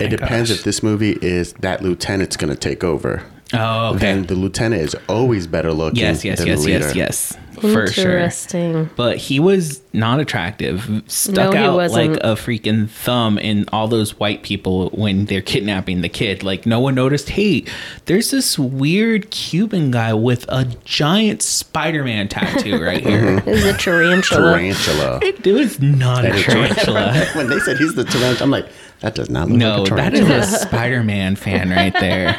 Speaker 1: it depends
Speaker 3: Oh gosh.
Speaker 1: if this movie is that lieutenant's going to take over.
Speaker 3: Oh, okay.
Speaker 1: Then the lieutenant is always better looking.
Speaker 3: yes, yes,
Speaker 1: than
Speaker 3: yes,
Speaker 1: the leader.
Speaker 3: yes, yes. For sure.
Speaker 2: Interesting.
Speaker 3: But he was not attractive. Stuck
Speaker 2: No, he
Speaker 3: out
Speaker 2: wasn't.
Speaker 3: like a freaking thumb in all those white people when they're kidnapping the kid. Like no one noticed. Hey, there's this weird Cuban guy with a giant Spider-Man tattoo right here.
Speaker 1: Mm-hmm.
Speaker 2: This is a tarantula.
Speaker 1: Tarantula.
Speaker 3: It was not a tarantula.
Speaker 1: when they said he's the tarantula, I'm like, that does not look
Speaker 3: No,
Speaker 1: like a
Speaker 3: that
Speaker 1: tarantula.
Speaker 3: is a Spider Man fan right there.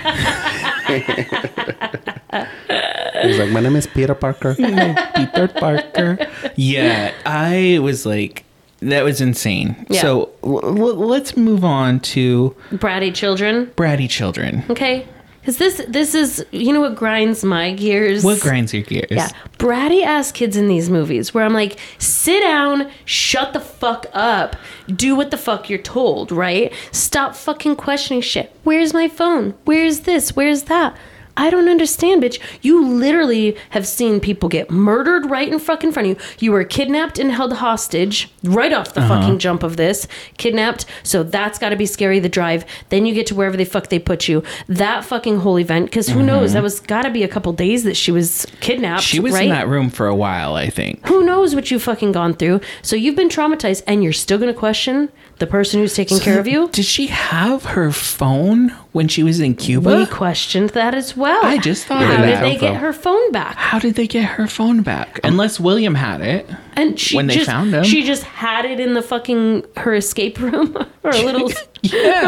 Speaker 1: He's like, my name is Peter Parker.
Speaker 3: Peter Parker. Yeah, I was like, that was insane.
Speaker 2: Yeah.
Speaker 3: So l- l- let's move on to
Speaker 2: Bratty children.
Speaker 3: bratty children.
Speaker 2: Okay. Because this, this is, you know what grinds my gears?
Speaker 3: What grinds your gears?
Speaker 2: Yeah. Bratty ass kids in these movies where I'm like, sit down, shut the fuck up, do what the fuck you're told, right? Stop fucking questioning shit. Where's my phone? Where's this? Where's that? I don't understand, bitch. You literally have seen people get murdered right in fucking front of you. You were kidnapped and held hostage right off the fucking jump of this. Kidnapped, so that's gotta be scary, the drive. Then you get to wherever the fuck they put you. That fucking whole event, because who knows? That was gotta be a couple days that she was kidnapped.
Speaker 3: She was
Speaker 2: right?
Speaker 3: in that room for a while, I think.
Speaker 2: Who knows what you've fucking gone through? So you've been traumatized, and you're still gonna question the person who's taking care of you.
Speaker 3: Did she have her phone when she was in
Speaker 2: We
Speaker 3: Cuba?
Speaker 2: questioned that as well.
Speaker 3: I just thought of
Speaker 2: How
Speaker 3: that.
Speaker 2: did they get her phone back?
Speaker 3: How did they get her phone back? Unless William had it.
Speaker 2: And she
Speaker 3: When they
Speaker 2: just,
Speaker 3: found him.
Speaker 2: she just had it in the fucking her escape room or a little, her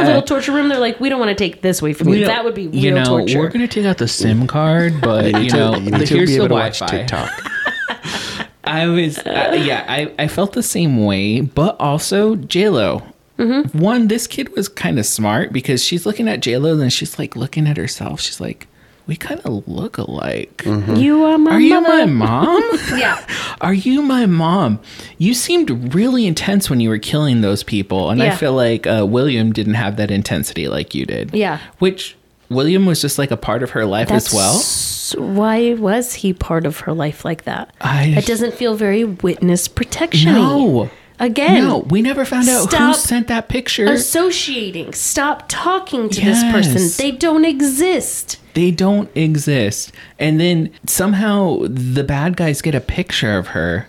Speaker 2: little torture room. They're like, we don't want to take this away from
Speaker 3: We
Speaker 2: you.
Speaker 3: don't-
Speaker 2: That would be real
Speaker 3: you know,
Speaker 2: torture.
Speaker 3: We're gonna take out the SIM card, but you, know,
Speaker 1: you need to
Speaker 3: here's
Speaker 1: be
Speaker 3: the
Speaker 1: able to
Speaker 3: Wi
Speaker 1: watch
Speaker 3: Fi.
Speaker 1: TikTok.
Speaker 3: I was, uh, yeah, I, I felt the same way, but also JLo.
Speaker 2: Mm-hmm.
Speaker 3: One, this kid was kind of smart because she's looking at JLo and she's like looking at herself. She's like, we kind of look alike.
Speaker 1: Mm-hmm.
Speaker 2: You are my
Speaker 3: Are you my
Speaker 2: mother.
Speaker 3: mom?
Speaker 2: yeah.
Speaker 3: Are you my mom? You seemed really intense when you were killing those people. And I
Speaker 2: Yeah.
Speaker 3: feel like uh, William didn't have that intensity like you did.
Speaker 2: Yeah.
Speaker 3: Which William was just like a part of her life as well.
Speaker 2: That's- Why was he part of her life like that?
Speaker 3: I-
Speaker 2: It doesn't feel very witness protection.
Speaker 3: No.
Speaker 2: Again,
Speaker 3: no, we never found out who
Speaker 2: Stop
Speaker 3: sent that picture.
Speaker 2: associating. Stop talking to
Speaker 3: Yes.
Speaker 2: this person. They don't exist.
Speaker 3: they don't exist. And then somehow the bad guys get a picture of her.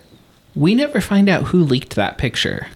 Speaker 3: We never find out who leaked that picture.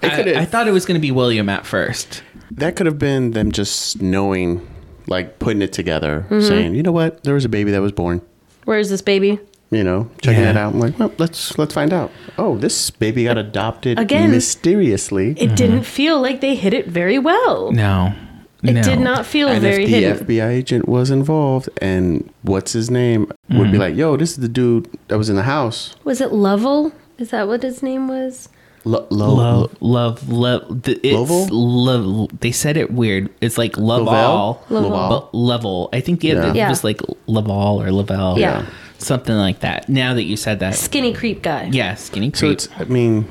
Speaker 1: It
Speaker 3: I,
Speaker 1: could've-
Speaker 3: I thought it was going to be William at first.
Speaker 1: that could have been them just knowing, like putting it together,
Speaker 2: Mm-hmm.
Speaker 1: saying, you know what, there was a baby that was born.
Speaker 2: Where's this baby?
Speaker 3: Mm-hmm.
Speaker 1: You know, checking
Speaker 3: Yeah.
Speaker 1: it out. I'm like, well, let's let's find out. Oh, this baby got adopted
Speaker 2: Again.
Speaker 1: mysteriously.
Speaker 2: It didn't feel like they hit it very well.
Speaker 3: No.
Speaker 2: It
Speaker 3: no.
Speaker 2: did not feel
Speaker 1: and
Speaker 2: very
Speaker 1: if the
Speaker 2: hidden.
Speaker 1: FBI agent was involved, and what's his name would be like, "Yo, this is the dude that was in the house."
Speaker 2: was it Lovell? Is that what his name was?
Speaker 1: Lo-
Speaker 3: love, love, love. The, it's
Speaker 1: Lovell?
Speaker 3: love. They said it weird. It's like love
Speaker 1: Lovell?
Speaker 3: all,
Speaker 2: Lovell.
Speaker 3: but level. I think yeah,
Speaker 1: Yeah.
Speaker 3: it
Speaker 2: Yeah.
Speaker 3: was like Laval or Lavelle,
Speaker 2: Yeah.
Speaker 3: something like that. Now that you said that,
Speaker 2: Skinny creep guy.
Speaker 3: yeah, skinny
Speaker 1: So
Speaker 3: creep.
Speaker 1: it's. I mean,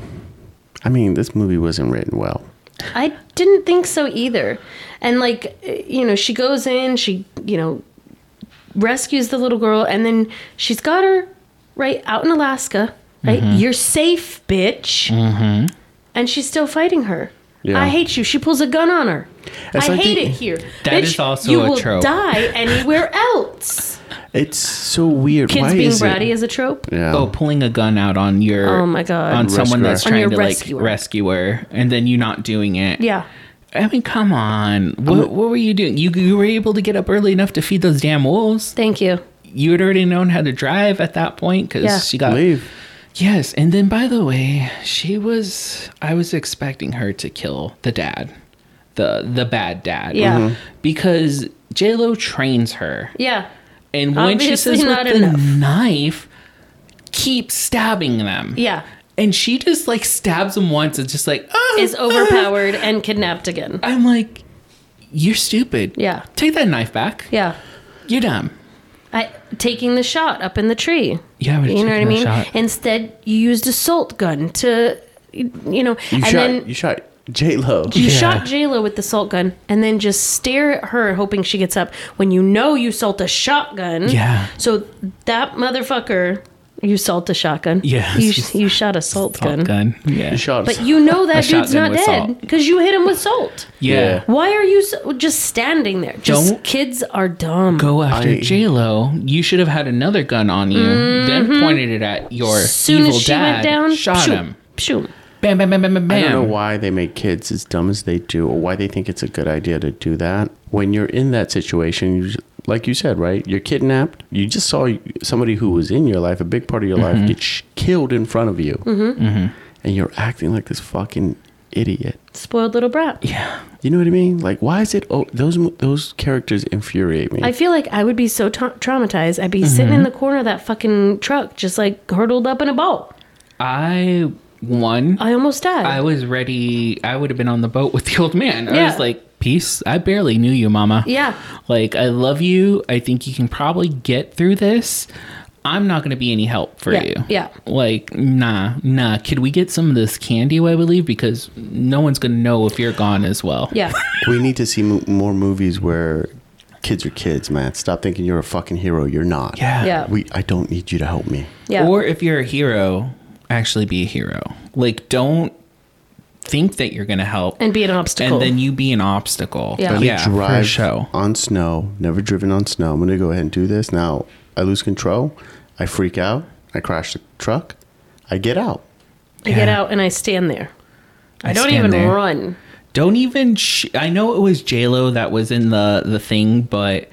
Speaker 1: I mean, this movie wasn't written well.
Speaker 2: I didn't think so either. And like, you know, she goes in, she, you know, rescues the little girl, and then she's got her right out in Alaska. Right, you're safe, bitch. And she's still fighting her.
Speaker 1: Yeah.
Speaker 2: I hate you. She pulls a gun on her.
Speaker 1: It's
Speaker 2: I
Speaker 1: like
Speaker 2: hate
Speaker 1: the-
Speaker 2: it here.
Speaker 3: That
Speaker 2: Bitch,
Speaker 3: is also
Speaker 2: you
Speaker 3: a
Speaker 2: will
Speaker 3: trope.
Speaker 2: die anywhere else.
Speaker 1: It's so weird.
Speaker 2: Kids
Speaker 1: Why
Speaker 2: being
Speaker 1: is it-
Speaker 2: bratty is a trope.
Speaker 1: Yeah.
Speaker 3: Oh, pulling a gun out on your
Speaker 2: Oh my God.
Speaker 3: on someone that's
Speaker 1: Rescuer.
Speaker 2: On
Speaker 3: trying
Speaker 2: your
Speaker 3: to
Speaker 2: rescuer.
Speaker 3: like rescue her, and then you not doing it.
Speaker 2: Yeah.
Speaker 3: I mean, come on. What, what were you doing? You you were able to get up early enough to feed those damn wolves.
Speaker 2: Thank you.
Speaker 3: You had already known how to drive at that point because
Speaker 2: Yeah.
Speaker 3: she got
Speaker 1: Leave.
Speaker 3: yes. And then by the way, she was I was expecting her to kill the dad, the the bad dad.
Speaker 2: Yeah. Mhm.
Speaker 3: because J Lo trains her
Speaker 2: Yeah.
Speaker 3: and when
Speaker 2: Obviously
Speaker 3: she says
Speaker 2: not
Speaker 3: with
Speaker 2: enough.
Speaker 3: the knife, keep stabbing them.
Speaker 2: Yeah.
Speaker 3: And she just like stabs him once and just like oh,
Speaker 2: Is overpowered and kidnapped again.
Speaker 3: I'm like, you're stupid.
Speaker 2: Yeah.
Speaker 3: Take that knife back.
Speaker 2: Yeah.
Speaker 3: You're dumb.
Speaker 2: I, taking the shot up in the tree.
Speaker 3: Yeah, but
Speaker 2: You know what I mean?
Speaker 3: Shot.
Speaker 2: Instead, you used a salt gun to, you know,
Speaker 1: You
Speaker 2: and
Speaker 1: shot.
Speaker 2: then
Speaker 1: you shot J Lo.
Speaker 2: you
Speaker 3: Yeah.
Speaker 2: shot JLo with the salt gun and then just stare at her hoping she gets up when you know you salt a shotgun.
Speaker 3: Yeah.
Speaker 2: So that motherfucker, you salt a shotgun.
Speaker 3: Yes.
Speaker 2: You, sh- you shot a salt, gun.
Speaker 3: Gun. gun. Yeah.
Speaker 1: You shot.
Speaker 2: But you know that dude's
Speaker 3: shotgun
Speaker 2: not
Speaker 3: with
Speaker 2: dead
Speaker 3: salt.
Speaker 2: because you hit him with salt.
Speaker 3: yeah.
Speaker 1: Yeah.
Speaker 2: Why are you so, just standing there? Just
Speaker 3: Don't-
Speaker 2: kids are dumb.
Speaker 3: Go after
Speaker 1: I-
Speaker 3: J Lo. You should have had another gun on you, then pointed it at your
Speaker 2: as Mm-hmm. soon
Speaker 3: evil
Speaker 2: as she
Speaker 3: dad.
Speaker 2: went down,
Speaker 3: shot
Speaker 2: shoot,
Speaker 3: him.
Speaker 2: Shoot.
Speaker 3: Bam, bam, bam, bam, bam, bam.
Speaker 1: I don't know why they make kids as dumb as they do, or why they think it's a good idea to do that. When you're in that situation, you, just- like you said, right? You're kidnapped. You just saw somebody who was in your life, a big part of your life, get sh- killed in front of you, and you're acting like this fucking idiot.
Speaker 2: Spoiled little brat.
Speaker 3: Yeah.
Speaker 1: You know what I mean? Like, why is it? Oh, those mo- those characters infuriate me.
Speaker 2: I feel like I would be so ta traumatized. I'd be
Speaker 3: Mm-hmm.
Speaker 2: sitting in the corner of that fucking truck, just like hurtled up in a ball.
Speaker 3: I won.
Speaker 2: I almost died.
Speaker 3: I was ready. I would have been on the boat with the old man. I
Speaker 2: Yeah.
Speaker 3: was like, peace. I barely knew you, mama.
Speaker 2: Yeah.
Speaker 3: Like, I love you. I think you can probably get through this. I'm not going to be any help for
Speaker 2: Yeah,
Speaker 3: you.
Speaker 2: yeah.
Speaker 3: Like, nah, nah. Could we get some of this candy, I believe? Because no one's going to know if you're gone as well.
Speaker 2: yeah.
Speaker 1: we need to see mo- more movies where kids are kids, man. Stop thinking you're a fucking hero. You're not.
Speaker 3: Yeah.
Speaker 2: Yeah.
Speaker 1: We. I don't need you to help me.
Speaker 2: Yeah.
Speaker 3: Or if you're a hero, actually be a hero. Like, don't think that you're going to help.
Speaker 2: and be an obstacle.
Speaker 3: and then you be an obstacle.
Speaker 2: Yeah.
Speaker 1: Let
Speaker 2: Let
Speaker 1: me
Speaker 3: yeah,
Speaker 1: drive
Speaker 3: for show.
Speaker 1: on snow. Never driven on snow. I'm gonna go ahead and do this now. I lose control. I freak out. I crash the truck. I get out.
Speaker 2: I get
Speaker 3: Yeah.
Speaker 2: out and I stand there. I,
Speaker 3: I
Speaker 2: don't
Speaker 3: stand
Speaker 2: even
Speaker 3: there.
Speaker 2: run.
Speaker 3: Don't even. Sh- I know it was J Lo that was in the the thing, but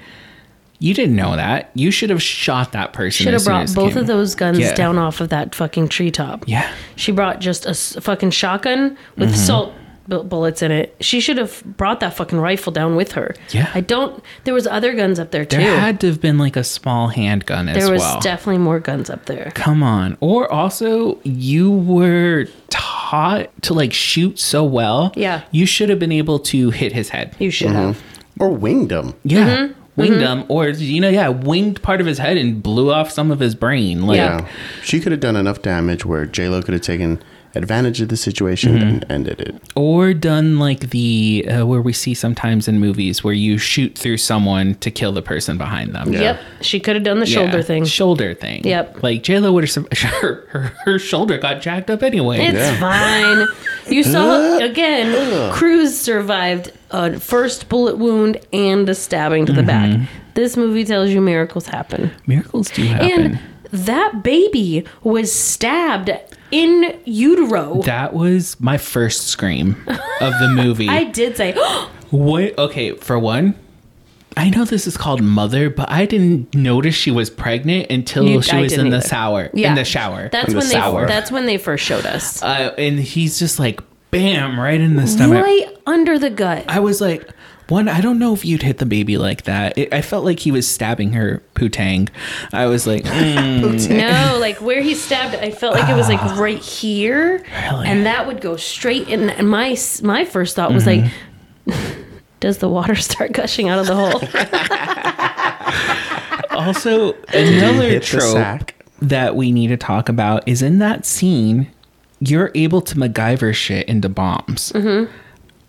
Speaker 3: you didn't know that. You should have shot that person.
Speaker 2: Should
Speaker 3: as
Speaker 2: have
Speaker 3: soon
Speaker 2: brought
Speaker 3: as
Speaker 2: both
Speaker 3: came.
Speaker 2: of those guns
Speaker 3: Yeah.
Speaker 2: down off of that fucking treetop.
Speaker 3: Yeah. Mm-hmm.
Speaker 2: She brought just a s- fucking shotgun with salt bu- bullets in it. She should have brought that fucking rifle down with her.
Speaker 3: Yeah.
Speaker 2: I don't. There was other guns up there too.
Speaker 3: There had to have been like a small handgun as
Speaker 2: There was
Speaker 3: well.
Speaker 2: definitely more guns up there.
Speaker 3: Come on. Or also, you were taught to like shoot so well.
Speaker 2: Yeah.
Speaker 3: You should have been able to hit his head.
Speaker 2: You should
Speaker 3: Mm-hmm.
Speaker 2: have.
Speaker 1: Or winged him.
Speaker 3: Yeah.
Speaker 2: Mm-hmm.
Speaker 3: Winged him, or you know, yeah, winged part of his head and blew off some of his brain. Like,
Speaker 2: Yeah.
Speaker 1: Yeah. She could have done enough damage where J Lo could have taken advantage of the situation and ended it.
Speaker 3: or done like the uh, where we see sometimes in movies where you shoot through someone to kill the person behind them.
Speaker 2: Yep. She could have done the
Speaker 3: Yeah.
Speaker 2: shoulder thing.
Speaker 3: Shoulder thing.
Speaker 2: Yep.
Speaker 3: Like J Lo would have her, her her shoulder got jacked up anyway.
Speaker 2: It's
Speaker 1: Yeah.
Speaker 2: fine. You saw again. Cruz survived a first bullet wound and a stabbing to the
Speaker 3: Mm-hmm.
Speaker 2: back. This movie tells you miracles happen.
Speaker 3: Miracles do happen.
Speaker 2: And that baby was stabbed in utero.
Speaker 3: that was my first scream of the movie.
Speaker 2: I did say,
Speaker 3: What? Okay, for one, I know this is called Mother, but I didn't notice she was pregnant until
Speaker 2: You-
Speaker 3: she
Speaker 2: I
Speaker 3: was in
Speaker 2: didn't
Speaker 3: the
Speaker 2: either.
Speaker 3: shower.
Speaker 2: yeah,
Speaker 3: In the shower.
Speaker 2: That's
Speaker 1: the
Speaker 2: when they.
Speaker 1: shower.
Speaker 2: That's when they first showed us.
Speaker 3: uh, and he's just like, bam, right in the stomach.
Speaker 2: Right under the gut.
Speaker 3: I was like, one, I don't know if you'd hit the baby like that. It, I felt like he was stabbing her putang. I was like, mm,
Speaker 2: No, like where he stabbed, I felt like it was like right here,
Speaker 3: Ah. Really?
Speaker 2: and that would go straight in. And my s- my first thought was like,
Speaker 3: Mm-hmm.
Speaker 2: does the water start gushing out of the hole?
Speaker 3: also
Speaker 1: Hit
Speaker 3: another
Speaker 1: the
Speaker 3: trope
Speaker 1: sack.
Speaker 3: that we need to talk about is in that scene, you're able to MacGyver shit into bombs. Mm-hmm.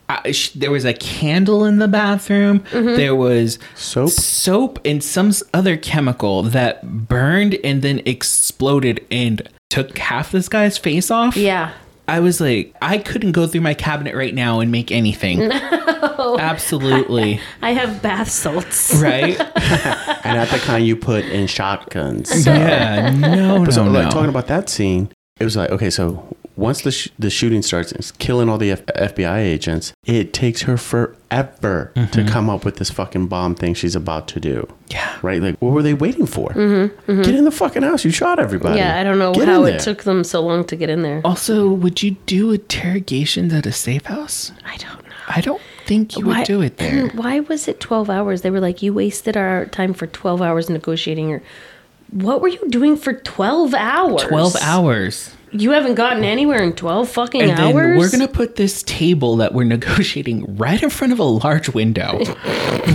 Speaker 3: I, sh- there was a candle in the bathroom. There was
Speaker 1: Soap.
Speaker 3: soap, and some s- other chemical that burned and then exploded and took half this guy's face off.
Speaker 2: yeah,
Speaker 3: I was like, I couldn't go through my cabinet right now and make anything. Absolutely.
Speaker 2: I have bath salts.
Speaker 3: right?
Speaker 1: and not the kind you put in shotguns.
Speaker 3: Yeah. No, no,
Speaker 1: So,
Speaker 3: Oh, no.
Speaker 1: like talking about that scene, it was like okay, so once the sh- the shooting starts, it's killing all the F- FBI agents. It takes her forever to come up with this fucking bomb thing she's about to do.
Speaker 3: Mm-hmm. Yeah.
Speaker 1: Right? Like, what were they waiting for? Get in the fucking house! You shot everybody.
Speaker 2: Mm-hmm, Yeah, I don't know
Speaker 1: Get
Speaker 2: how
Speaker 1: in there.
Speaker 2: it took them so long to get in there.
Speaker 3: Also, would you do interrogations at a safe house?
Speaker 2: I don't know.
Speaker 3: I don't think you would do it there.
Speaker 2: Why was it 12 hours? They were like, you wasted our time for 12 hours negotiating. Or, what were you doing for 12 hours?
Speaker 3: 12 hours.
Speaker 2: You haven't gotten anywhere in 12 fucking
Speaker 3: And
Speaker 2: hours?
Speaker 3: then we're going to put this table that we're negotiating right in front of a large window.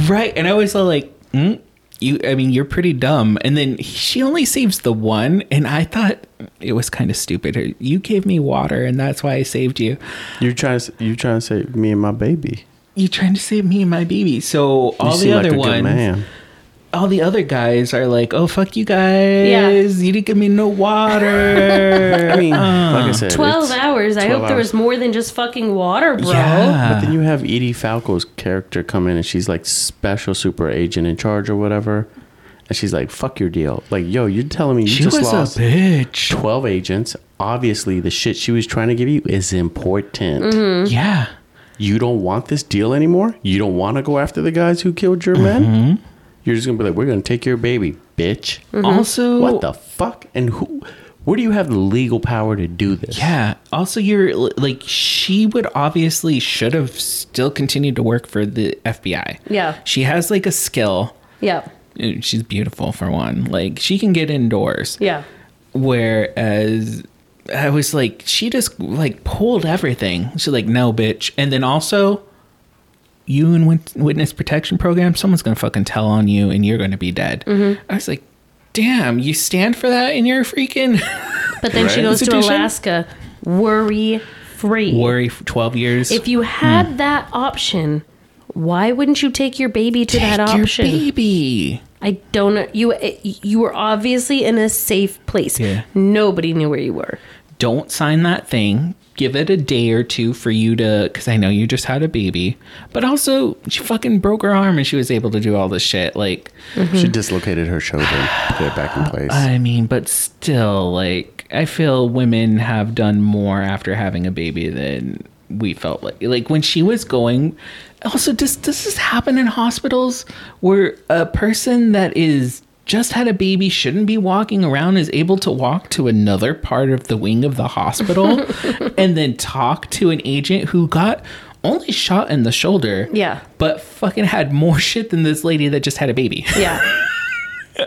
Speaker 3: right. And I was all like, mm, you, I mean, you're pretty dumb. And then she only saves the one. And I thought it was kind of stupid. You gave me water and that's why I saved you.
Speaker 1: You're trying to you trying to save me and my baby.
Speaker 3: You trying to save me and my baby. So all
Speaker 1: you
Speaker 3: the
Speaker 1: seem
Speaker 3: other
Speaker 1: like a good
Speaker 3: ones,
Speaker 1: man.
Speaker 3: all the other guys are like, oh, fuck you guys. You didn't give me no water.
Speaker 1: I mean, like
Speaker 3: Uh.
Speaker 1: I said,
Speaker 2: 12
Speaker 1: it's-
Speaker 2: hours. I
Speaker 1: 12
Speaker 2: hope there
Speaker 1: hours.
Speaker 2: was more than just fucking water, bro.
Speaker 3: yeah.
Speaker 1: But then you have Edie Falco's character come in and she's like special super agent in charge or whatever. And she's like, fuck your deal. Like, yo, you're telling me you
Speaker 3: She was
Speaker 1: just
Speaker 3: a
Speaker 1: lost
Speaker 3: bitch.
Speaker 1: 12 agents. Obviously, the shit she was trying to give you is important.
Speaker 2: Mm-hmm.
Speaker 3: Yeah.
Speaker 1: You don't want this deal anymore. You don't want to go after the guys who killed your
Speaker 3: Mm-hmm.
Speaker 1: men. You're just going to be like, we're going to take your baby, bitch.
Speaker 2: Mm-hmm.
Speaker 3: Also,
Speaker 1: What the fuck? And who? Where do you have the legal power to do this?
Speaker 3: Yeah. Also, you're like, she would obviously should have still continued to work for the FBI.
Speaker 2: Yeah.
Speaker 3: She has like a skill.
Speaker 2: Yeah.
Speaker 3: Uh, She's beautiful for one. Like, she can get indoors.
Speaker 2: Yeah.
Speaker 3: Whereas I was like, she just like pulled everything. She's like, no, bitch. And then also, you and wit- witness protection program, someone's gonna fucking tell on you, and you're gonna be dead.
Speaker 2: Mm-hmm.
Speaker 3: I was like, damn, you stand for that, and you're freaking
Speaker 2: But then she
Speaker 3: Right.
Speaker 2: goes to
Speaker 3: Institution?
Speaker 2: Alaska worry free.
Speaker 3: worry for twelve years.
Speaker 2: If you had
Speaker 3: Hmm.
Speaker 2: that option, why wouldn't you take your baby to that
Speaker 3: Take your
Speaker 2: option?
Speaker 3: baby.
Speaker 2: I don't know. You eh, you were obviously in a safe place.
Speaker 3: Yeah.
Speaker 2: Nobody knew where you were.
Speaker 3: don't sign that thing. Give it a day or two for you to, because I know you just had a baby. But also, she fucking broke her arm and she was able to do all this shit. Like,
Speaker 1: She dislocated her shoulder and put it back in place.
Speaker 3: I mean, but still, like, I feel women have done more after having a baby than we felt like. Like, when she was going, also, does, does this happen in hospitals where a person that is just had a baby shouldn't be walking around is able to walk to another part of the wing of the hospital and then talk to an agent who got only shot in the shoulder
Speaker 2: Yeah.
Speaker 3: but fucking had more shit than this lady that just had a baby
Speaker 2: Yeah.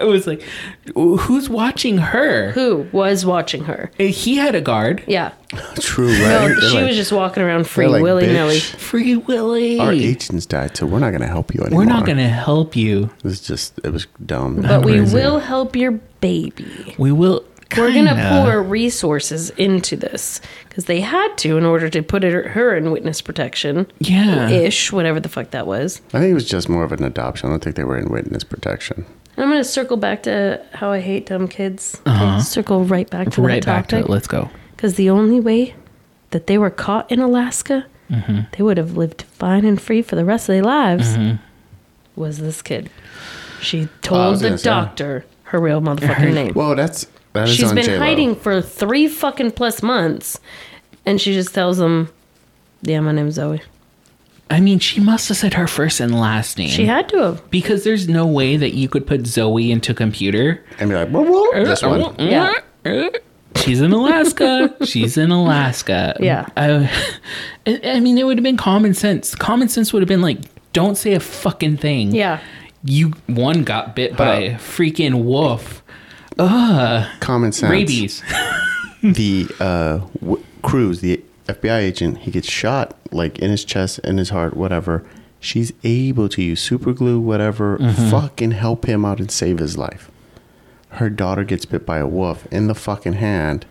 Speaker 3: it was like, who's watching her?
Speaker 2: Who was watching her?
Speaker 3: He had a guard.
Speaker 2: Yeah.
Speaker 1: True, right?
Speaker 2: No,
Speaker 1: They're
Speaker 2: she
Speaker 1: like,
Speaker 2: was just walking around free
Speaker 1: they're like,
Speaker 2: willy
Speaker 1: "Bitch,
Speaker 2: nilly.
Speaker 3: Free Willy.
Speaker 1: Our agents died, so we're not going to help you anymore.
Speaker 3: We're not going to help you.
Speaker 1: It was just, it was dumb.
Speaker 2: But we will help your baby.
Speaker 3: We will.
Speaker 2: We're going to
Speaker 3: kinda.
Speaker 2: pour resources into this because they had to in order to put it, her in witness protection
Speaker 3: Yeah.
Speaker 2: ish, whatever the fuck that was.
Speaker 1: I think it was just more of an adoption. I don't think they were in witness protection.
Speaker 2: And I'm going to circle back to how I hate dumb kids. Circle right back to
Speaker 3: Right
Speaker 2: that
Speaker 3: back to
Speaker 2: topic.
Speaker 3: it. Let's go.
Speaker 2: Because the only way that they were caught in Alaska, they would have lived fine and free for the rest of their lives, was this kid. She told
Speaker 1: was
Speaker 2: the
Speaker 1: gonna say.
Speaker 2: doctor her real motherfucking name.
Speaker 1: Well, that's that is
Speaker 2: She's
Speaker 1: on
Speaker 2: been
Speaker 1: J-Lo.
Speaker 2: hiding for three fucking plus months, and she just tells them, "Yeah, my name's Zoe."
Speaker 3: I mean, she must have said her first and last name.
Speaker 2: She had to have.
Speaker 3: because there's no way that you could put Zoe into computer.
Speaker 1: and be like, whoa,
Speaker 3: Uh,
Speaker 1: whoa, this one.
Speaker 2: Yeah.
Speaker 3: She's in Alaska. She's in Alaska.
Speaker 2: Yeah.
Speaker 3: I, I I mean, it would have been common sense. Common sense would have been like, don't say a fucking thing.
Speaker 2: Yeah.
Speaker 3: You one got bit by a freaking wolf.
Speaker 1: Common sense.
Speaker 3: Rabies.
Speaker 1: The uh, w- Cruz, the FBI agent, he gets shot like in his chest, in his heart, whatever. She's able to use super glue, whatever, fucking help him out and save his life. Her daughter gets bit by a wolf in the fucking hand.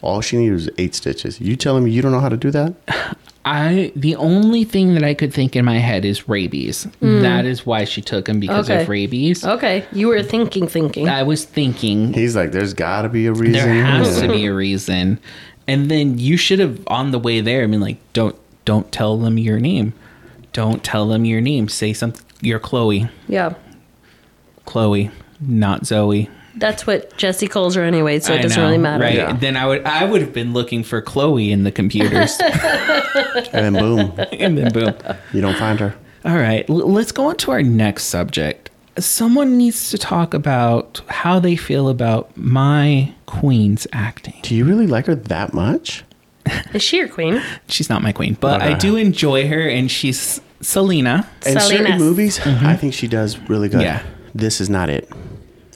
Speaker 1: All she needed was eight stitches. You telling me you don't know how to do that?
Speaker 3: I the only thing that I could think in my head is rabies. That is why she took him because
Speaker 2: Mm. Okay. Oh.
Speaker 3: of rabies.
Speaker 2: Okay, you were thinking, thinking.
Speaker 3: I was thinking
Speaker 1: He's like, there's got to be a reason.
Speaker 3: There has to be a reason. And then you should have on the way there. I mean, like, don't don't tell them your name. Don't tell them your name. Say something. You're Chloe.
Speaker 2: Yeah.
Speaker 3: Chloe, not Zoe.
Speaker 2: That's what Jesse calls her anyway, so it
Speaker 3: I
Speaker 2: doesn't
Speaker 3: know,
Speaker 2: really matter.
Speaker 3: Right.
Speaker 1: Yeah.
Speaker 3: Then I would I would have been looking for Chloe in the computers,
Speaker 1: And then boom,
Speaker 3: and then boom.
Speaker 1: you don't find her.
Speaker 3: All right, l- let's go on to our next subject. Someone needs to talk about how they feel about my queen's acting.
Speaker 1: Do you really like her that much?
Speaker 2: Is she your queen?
Speaker 3: She's not my queen, but I do enjoy her, and she's Selena.
Speaker 1: In certain
Speaker 2: Salinas.
Speaker 1: movies, I think she does really good.
Speaker 3: Yeah.
Speaker 1: This is not it.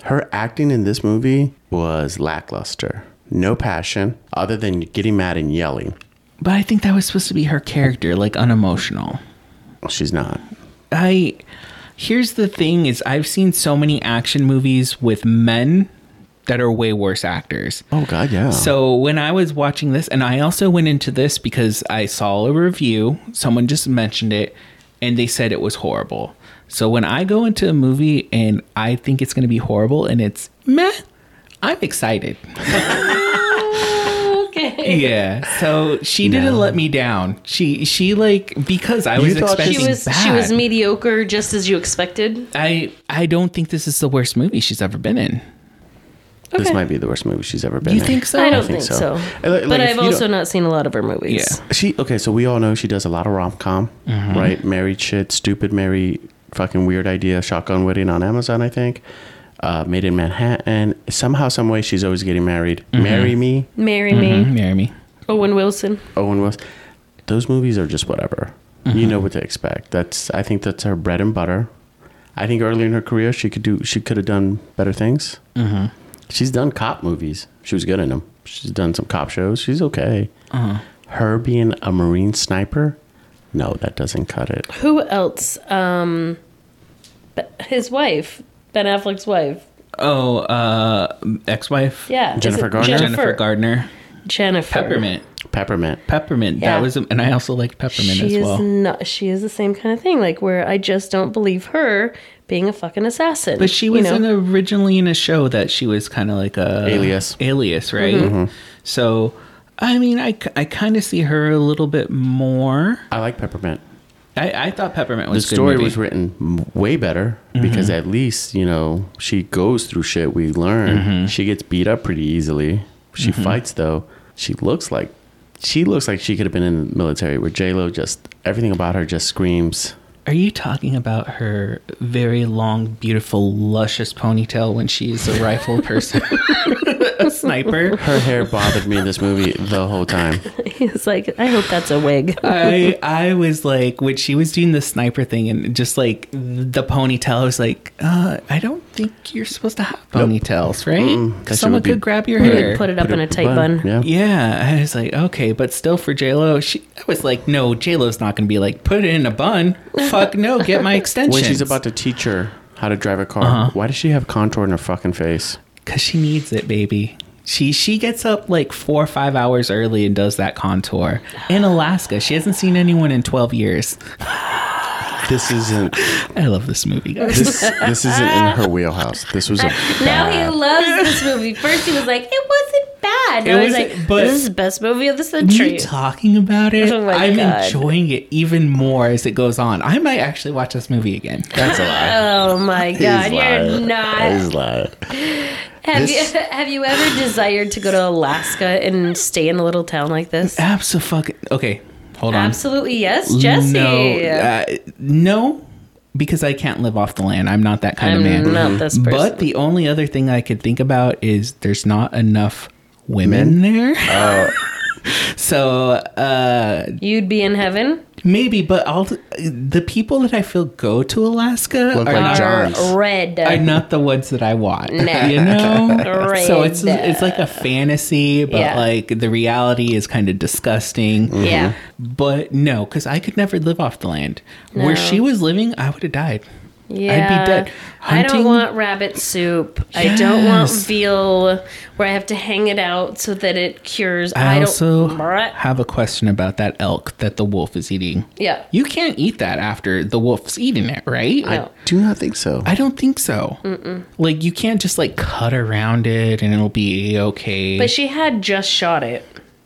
Speaker 1: Her acting in this movie was lackluster. No passion other than getting mad and yelling.
Speaker 3: But I think that was supposed to be her character, like unemotional.
Speaker 1: She's not.
Speaker 3: I here's the thing is I've seen so many action movies with men that are way worse actors.
Speaker 1: Oh god, yeah.
Speaker 3: So when I was watching this, and I also went into this because I saw a review, someone just mentioned it, and they said it was horrible. So when I go into a movie and I think it's going to be horrible and it's meh, I'm excited.
Speaker 2: Okay.
Speaker 3: Yeah. So she didn't let me down. She she like because I was
Speaker 1: thought this
Speaker 3: expecting
Speaker 2: She was
Speaker 3: bad.
Speaker 2: she was mediocre just as you expected.
Speaker 3: I I don't think this is the worst movie she's ever been in.
Speaker 1: this might be the worst movie she's ever been
Speaker 3: You
Speaker 1: in.
Speaker 3: think so?
Speaker 2: I don't
Speaker 1: Oh, think
Speaker 2: think,
Speaker 1: so.
Speaker 2: so.
Speaker 1: And like- like
Speaker 2: but
Speaker 1: if
Speaker 2: I've
Speaker 1: you
Speaker 2: also
Speaker 1: don't-
Speaker 2: not seen a lot of her movies.
Speaker 3: Yeah.
Speaker 1: She okay, so we all know she does a lot of rom com, right? Married shit, stupid married, fucking weird idea, shotgun wedding on Amazon, I think. Uh, made in Manhattan. Somehow, some way, she's always getting married. Marry me,
Speaker 2: Marry Me,
Speaker 3: Mm-hmm. Marry me.
Speaker 2: Owen Wilson.
Speaker 1: Owen Wilson. Those movies are just whatever. You know what to expect. That's I think that's her bread and butter. I think early in her career, she could do she could have done better things. Mm-hmm. She's done cop movies. She was good in them. She's done some cop shows. She's okay. Her being a marine sniper, no, that doesn't cut it.
Speaker 2: Who else? Um, Be- his wife, Ben Affleck's wife.
Speaker 3: Oh, uh, ex-wife.
Speaker 2: Yeah, is
Speaker 1: Jennifer
Speaker 2: it
Speaker 1: Garner?
Speaker 3: Jennifer,
Speaker 2: Jennifer.
Speaker 3: Gardner.
Speaker 2: Jennifer.
Speaker 3: Peppermint.
Speaker 1: Peppermint.
Speaker 3: Peppermint.
Speaker 2: Yeah.
Speaker 3: That was, and I also liked peppermint
Speaker 2: She
Speaker 3: as
Speaker 2: is
Speaker 3: well.
Speaker 2: not. She is the same kind of thing. Like where I just don't believe her being a fucking assassin.
Speaker 3: but she
Speaker 2: you
Speaker 3: was
Speaker 2: know?
Speaker 3: in originally in a show that she was kind of like a
Speaker 1: Alias. Mm-hmm.
Speaker 3: alias, right?
Speaker 2: Mm-hmm.
Speaker 3: So, I mean, I, kind of see her a little bit more.
Speaker 1: I like Peppermint.
Speaker 3: I, I thought peppermint
Speaker 1: The
Speaker 3: was a good
Speaker 1: story
Speaker 3: movie. Mm-hmm.
Speaker 1: was written m- way better because at least you know she goes through shit. We learn
Speaker 3: Mm-hmm.
Speaker 1: she gets beat up pretty easily. She fights though. She looks like she looks like she could have been in the military. Where J Lo just everything about her just screams.
Speaker 3: Are you talking about her very long, beautiful, luscious ponytail when she's a rifle person, a sniper?
Speaker 1: Her hair bothered me in this movie the whole time.
Speaker 2: It's like I hope that's a wig.
Speaker 3: I I was like when she was doing the sniper thing and just like the ponytail, I was like, uh, I don't think you're supposed to have ponytails, right?
Speaker 1: that shit
Speaker 3: Because someone
Speaker 1: would be
Speaker 3: could grab your
Speaker 2: Put
Speaker 3: hair.
Speaker 2: it, put it up in a tight bun.
Speaker 1: Yeah.
Speaker 3: yeah, I was like, okay, but still for J Lo, she I was like, no, J Lo's not gonna be like, put it in a bun. Fuck no, get my extension.
Speaker 1: When she's about to teach her how to drive a car,
Speaker 3: Uh-huh.
Speaker 1: why does she have contour in her fucking face?
Speaker 3: Cause she needs it, baby. She she gets up like four or five hours early and does that contour in Alaska. She hasn't seen anyone in twelve years.
Speaker 1: This isn't
Speaker 3: I love this movie, guys.
Speaker 1: this this isn't in her wheelhouse. This was a
Speaker 2: Now he
Speaker 1: bad-
Speaker 2: loves this movie. First he was like, it wasn't bad. Now
Speaker 3: It
Speaker 2: he's
Speaker 3: wasn't-
Speaker 2: like,
Speaker 3: but-
Speaker 2: this is the best movie of
Speaker 3: you
Speaker 2: the century.
Speaker 3: talking about it,
Speaker 2: Oh my
Speaker 3: I'm
Speaker 2: God.
Speaker 3: enjoying it even more as it goes on. I might actually watch this movie again.
Speaker 1: That's a lie.
Speaker 2: Oh my god, you're
Speaker 1: lying.
Speaker 2: not.
Speaker 1: He's lying.
Speaker 2: Have
Speaker 1: This-
Speaker 2: you have you ever desired to go to Alaska and stay in a little town like this?
Speaker 3: Absolutely. Okay, hold on.
Speaker 2: Absolutely yes, Jesse.
Speaker 3: No, uh, no, because I can't live off the land. I'm not that kind
Speaker 2: I'm
Speaker 3: of man.
Speaker 2: not this person.
Speaker 3: But the only other thing I could think about is there's not enough women there.
Speaker 1: Oh.
Speaker 3: so uh,
Speaker 2: You'd be in heaven.
Speaker 3: maybe, but all the, the people that I feel go to Alaska
Speaker 1: Look
Speaker 3: are
Speaker 1: like
Speaker 3: not,
Speaker 1: John.
Speaker 2: Are
Speaker 1: John's.
Speaker 2: red.
Speaker 3: are not the ones that I want.
Speaker 2: No.
Speaker 3: You know,
Speaker 2: Right.
Speaker 3: so it's it's like a fantasy, but
Speaker 2: Yeah.
Speaker 3: like the reality is kind of disgusting.
Speaker 2: Yeah.
Speaker 3: But no, because I could never live off the land.
Speaker 2: No.
Speaker 3: Where she was living, I would have died.
Speaker 2: Yeah.
Speaker 3: dead.
Speaker 2: I don't
Speaker 3: Hunting-
Speaker 2: want rabbit soup. I don't want
Speaker 3: Yes.
Speaker 2: veal where I have to hang it out so that it cures.
Speaker 3: I,
Speaker 2: I, don't.
Speaker 3: also
Speaker 2: Brr.
Speaker 3: have a question about that elk that the wolf is eating.
Speaker 2: Yeah.
Speaker 3: You can't eat that after the wolf's eating it, right?
Speaker 2: No.
Speaker 1: Do not think so.
Speaker 3: I don't think so. Like you can't just like cut around it and it'll be okay.
Speaker 2: But she had just shot it.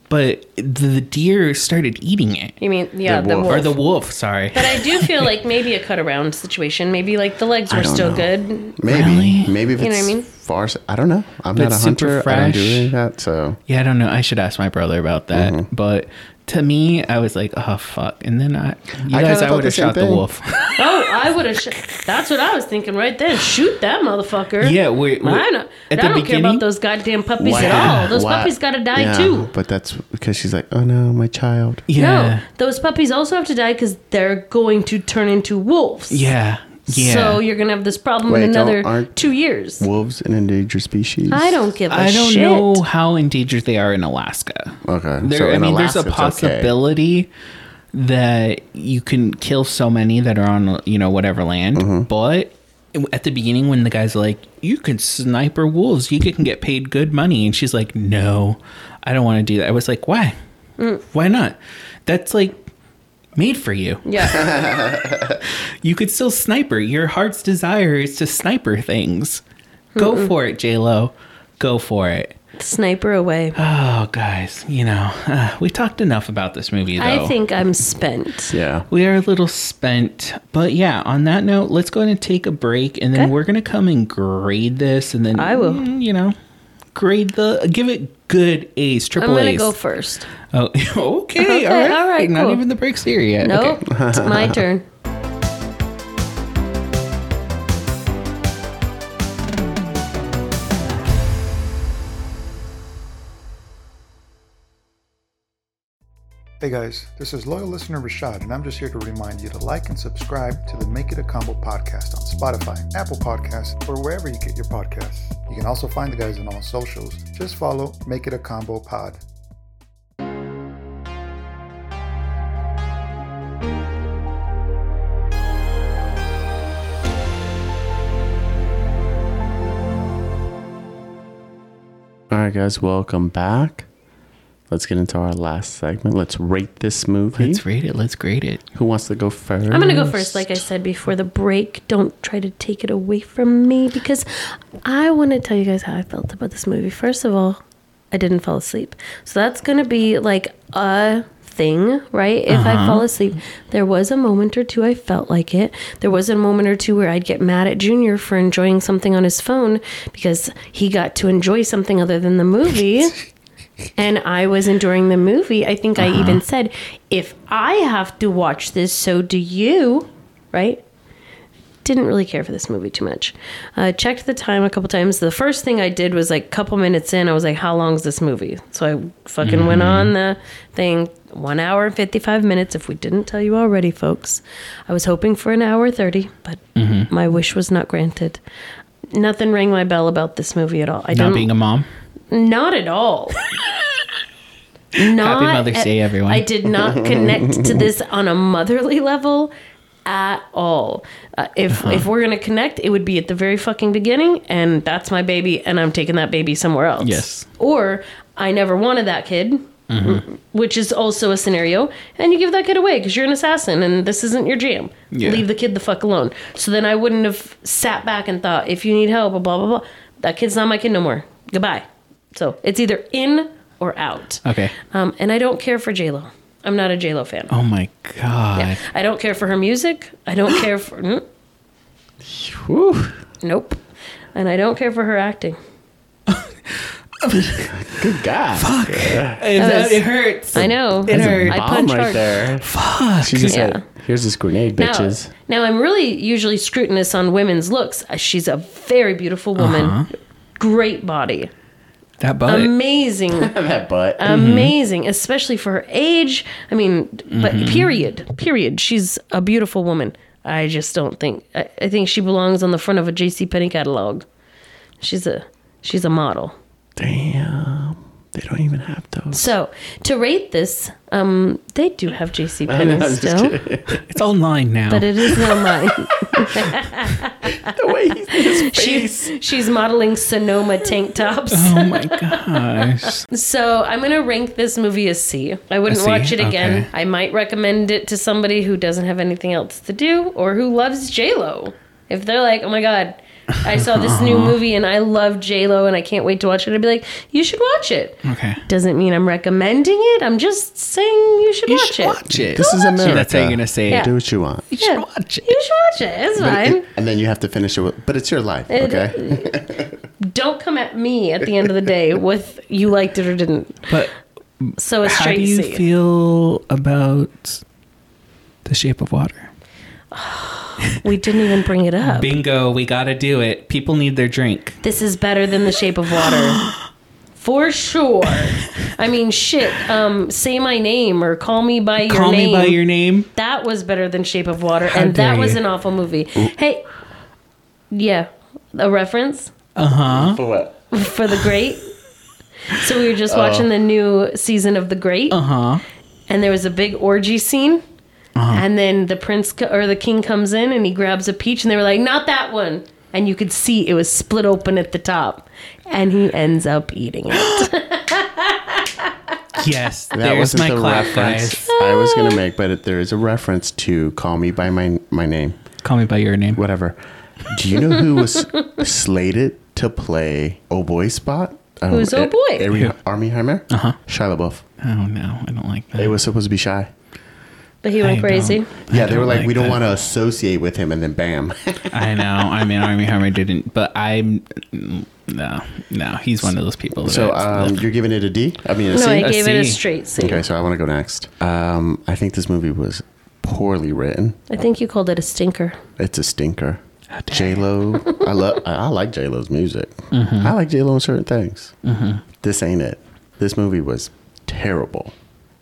Speaker 3: but the deer started eating it.
Speaker 2: You mean yeah,
Speaker 4: The
Speaker 2: the
Speaker 4: wolf.
Speaker 2: wolf.
Speaker 3: Or the wolf, sorry.
Speaker 2: but I do feel like maybe a cut around situation. Maybe like the legs were
Speaker 4: don't
Speaker 2: still
Speaker 4: know.
Speaker 2: good.
Speaker 4: Maybe,
Speaker 3: Really?
Speaker 4: maybe if
Speaker 2: You know
Speaker 4: it's
Speaker 2: what I mean?
Speaker 4: far, s- I don't know. I'm
Speaker 3: But
Speaker 4: not a
Speaker 3: it's
Speaker 4: hunter.
Speaker 3: super
Speaker 4: I don't do
Speaker 3: fresh.
Speaker 4: any of that. So
Speaker 3: Yeah, I don't know. I should ask my brother about that.
Speaker 4: Mm-hmm.
Speaker 3: But to me, I was like, oh, fuck. And then I,
Speaker 4: I
Speaker 3: you guys,
Speaker 4: kinda
Speaker 3: I
Speaker 4: thought
Speaker 3: would
Speaker 4: the
Speaker 3: have
Speaker 4: same
Speaker 3: shot the
Speaker 4: thing.
Speaker 3: wolf.
Speaker 2: Oh, I would have. Sh- That's what I was thinking right then. Shoot that motherfucker.
Speaker 3: Yeah, wait, wait.
Speaker 2: I don't,
Speaker 3: At the
Speaker 2: I don't care
Speaker 3: beginning-
Speaker 2: about those goddamn puppies at all. Those
Speaker 4: Why-
Speaker 2: puppies got to die
Speaker 4: yeah,
Speaker 2: too.
Speaker 4: But that's because she's like, oh no, my child.
Speaker 3: yeah.
Speaker 2: No, those puppies also have to die because they're going to turn into wolves.
Speaker 3: Yeah. Yeah.
Speaker 2: So you're gonna have this problem
Speaker 4: Wait,
Speaker 2: in
Speaker 4: don't-
Speaker 2: another
Speaker 4: aren't-
Speaker 2: two years.
Speaker 4: Wolves an endangered species.
Speaker 2: I don't give a
Speaker 3: I don't
Speaker 2: shit.
Speaker 3: know how endangered they are in Alaska.
Speaker 4: Okay,
Speaker 3: There,
Speaker 4: so
Speaker 3: I
Speaker 4: in
Speaker 3: mean, there's
Speaker 4: Alaska,
Speaker 3: a
Speaker 4: it's okay.
Speaker 3: possibility that you can kill so many that are on you know whatever land,
Speaker 4: Mm-hmm.
Speaker 3: but at the beginning when the guy's like, "You can sniper wolves, you can get paid good money," and she's like, "No, I don't want to do that." I was like, "Why?
Speaker 2: Mm.
Speaker 3: Why not? That's like." Made for you.
Speaker 2: Yeah,
Speaker 3: You could still sniper. Your heart's desire is to sniper things. Go for it, J Lo. Go for it.
Speaker 2: sniper away.
Speaker 3: Oh, guys, you know, uh, we talked enough about this movie, though.
Speaker 2: I think I'm spent.
Speaker 4: Yeah.
Speaker 3: we are a little spent. But yeah, on that note, let's go ahead and take a break, and then
Speaker 2: Okay.
Speaker 3: we're going to come and grade this, and then
Speaker 2: I will.
Speaker 3: mm, you know, grade the, give it good A's,
Speaker 2: I'm
Speaker 3: triple
Speaker 2: gonna
Speaker 3: A's.
Speaker 2: go first.
Speaker 3: oh, okay,
Speaker 2: Okay,
Speaker 3: all right,
Speaker 2: all right,
Speaker 3: Not
Speaker 2: cool.
Speaker 3: even the break's here yet.
Speaker 2: No,
Speaker 3: Okay.
Speaker 2: it's my turn.
Speaker 5: Hey guys, this is loyal listener Rashad, and I'm just here to remind you to like and subscribe to the Make It a Combo podcast on Spotify, Apple Podcasts, or wherever you get your podcasts. You can also find the guys on all socials. Just follow Make It a Combo Pod.
Speaker 4: All right, guys, welcome back. Let's get into our last segment. Let's rate this movie.
Speaker 3: Let's rate it. Let's grade it.
Speaker 4: Who wants to go first?
Speaker 2: I'm gonna go first, like I said before the break. Don't try to take it away from me because I want to tell you guys how I felt about this movie. First of all, I didn't fall asleep, so that's gonna be like a thing, right? If I fall asleep, there was a moment or two I felt like it. There was a moment or two where I'd get mad at Junior for enjoying something on his phone because he got to enjoy something other than the movie. and I was enjoying the movie. I think
Speaker 3: Uh-huh.
Speaker 2: I even said, if I have to watch this, so do you, right? Didn't really care for this movie too much. Uh, checked the time a couple times. The first thing I did was like couple minutes in, I was like, how long is this movie? So I fucking went
Speaker 3: Mm-hmm.
Speaker 2: on the thing, one hour and 55 minutes. If we didn't tell you already, folks, I was hoping for an hour 30, but
Speaker 3: Mm-hmm.
Speaker 2: my wish was not granted. Nothing rang my bell about this movie at all. I
Speaker 3: Not
Speaker 2: didn't
Speaker 3: being a mom.
Speaker 2: not at all. not
Speaker 3: Happy Mother's
Speaker 2: at-
Speaker 3: Day, everyone.
Speaker 2: I did not connect to this on a motherly level at all. Uh, if
Speaker 3: Uh-huh.
Speaker 2: if we're gonna connect, it would be at the very fucking beginning, and that's my baby, and I'm taking that baby somewhere else.
Speaker 3: Yes.
Speaker 2: Or I never wanted that kid.
Speaker 4: Mm-hmm.
Speaker 2: Which is also a scenario, and you give that kid away because you're an assassin and this isn't your jam.
Speaker 3: Yeah.
Speaker 2: Leave the kid the fuck alone. So then I wouldn't have sat back and thought, if you need help, blah, blah, blah. That kid's not my kid no more. Goodbye. So it's either in or out.
Speaker 3: Okay.
Speaker 2: Um, and I don't care for J Lo. I'm not a J Lo fan.
Speaker 3: Oh my god.
Speaker 2: Yeah. I don't care for her music. I don't care for. mm,
Speaker 4: Whew.
Speaker 2: nope. And I don't care for her acting.
Speaker 4: Good God.
Speaker 3: It,
Speaker 2: That was-
Speaker 3: it hurts.
Speaker 2: I know.
Speaker 3: It hurts.
Speaker 2: I
Speaker 4: Bomb
Speaker 2: punch
Speaker 4: right
Speaker 2: hard.
Speaker 4: there.
Speaker 3: Fuck.
Speaker 4: She just
Speaker 2: Yeah.
Speaker 4: said, here's this grenade, bitches.
Speaker 2: Now, now I'm really usually scrutinous on women's looks. Uh, She's a very beautiful woman. Great body.
Speaker 3: that butt.
Speaker 2: Um, Amazing
Speaker 4: that butt.
Speaker 3: Uh,
Speaker 2: amazing, especially for her age. I mean, but period, period. She's a beautiful woman. I just don't think. I, I think she belongs on the front of a J.C. Penney catalog. She's a she's a model.
Speaker 4: Damn. They don't even have those.
Speaker 2: So to rate this, um, they do have J.C. Penney still,
Speaker 3: it's online now.
Speaker 2: but it is not mine.
Speaker 4: The way he's his
Speaker 2: she's she's modeling Sonoma tank tops.
Speaker 3: oh my gosh.
Speaker 2: So I'm gonna rank this movie a C. I wouldn't
Speaker 3: A C?
Speaker 2: watch it again.
Speaker 3: Okay.
Speaker 2: I might recommend it to somebody who doesn't have anything else to do or who loves J Lo. If they're like, oh my god, I saw this
Speaker 3: Uh-huh.
Speaker 2: new movie and I love J Lo and I can't wait to watch it. I'd be like, you should watch it.
Speaker 3: Okay.
Speaker 2: Doesn't mean I'm recommending it. I'm just saying you should
Speaker 3: You
Speaker 2: watch
Speaker 3: should
Speaker 2: it.
Speaker 3: watch it.
Speaker 1: This is America.
Speaker 3: That's how you're gonna say
Speaker 2: Yeah.
Speaker 3: it.
Speaker 1: Do what you want.
Speaker 3: You should watch it.
Speaker 2: You should watch it. It's
Speaker 1: But
Speaker 2: fine.
Speaker 1: it- and then you have to finish it with, but it's your life,
Speaker 2: It-
Speaker 1: okay?
Speaker 2: Don't come at me at the end of the day with you liked it or didn't.
Speaker 3: But
Speaker 2: So it's
Speaker 3: how do
Speaker 2: Tracy.
Speaker 3: you feel about the Shape of Water?
Speaker 2: we didn't even bring it up.
Speaker 3: Bingo! We gotta do it. People need their drink.
Speaker 2: this is better than the shape of water for sure i mean shit um say my name or call me by your
Speaker 3: Call
Speaker 2: name
Speaker 3: me by your name.
Speaker 2: that was better than shape of water
Speaker 3: How
Speaker 2: and that
Speaker 3: dare
Speaker 2: was
Speaker 3: you.
Speaker 2: an awful movie hey yeah a reference
Speaker 1: For what?
Speaker 2: for the great so we were just watching the new season of the great
Speaker 3: Uh huh.
Speaker 2: and there was a big orgy scene and then the prince co- or the king comes in and he grabs a peach and they were like not that one and you could see it was split open at the top and he ends up eating it
Speaker 3: Yes.
Speaker 1: That
Speaker 3: there's
Speaker 1: wasn't
Speaker 3: my
Speaker 1: the
Speaker 3: clap,
Speaker 1: reference
Speaker 3: guys.
Speaker 1: I was gonna make, but it, there is a reference to "Call Me by My My Name."
Speaker 3: Call me by your name.
Speaker 1: Whatever. Do you know who was slated to play Oh Boy Spot? Um,
Speaker 2: Who's Oh
Speaker 1: A-
Speaker 2: Boy?
Speaker 1: Ari,
Speaker 3: Who?
Speaker 1: Army Hammer. Uh
Speaker 3: Uh-huh.
Speaker 1: huh. Shia LaBeouf.
Speaker 3: Oh no, I don't like that.
Speaker 1: It was supposed to be shy.
Speaker 2: but he went
Speaker 3: I
Speaker 2: crazy
Speaker 3: don't-
Speaker 1: Yeah,
Speaker 3: I
Speaker 1: they were like, we don't
Speaker 3: that.
Speaker 1: want to associate with him, and then bam.
Speaker 3: I know. I mean, Army Hammer didn't, but I'm no, no. He's one of those people. That
Speaker 1: so um, you're giving it a D. I mean, a
Speaker 2: no
Speaker 1: C?
Speaker 2: i gave it a
Speaker 3: C.
Speaker 2: straight c I
Speaker 1: Okay, so I want to go next. Um, I think this movie was poorly written.
Speaker 2: think you called it a stinker
Speaker 1: It's a stinker.
Speaker 3: How dare
Speaker 1: J Lo, I love. I I like J Lo's music.
Speaker 3: Mm-hmm.
Speaker 1: I like J Lo in certain things. This ain't it. This movie was terrible.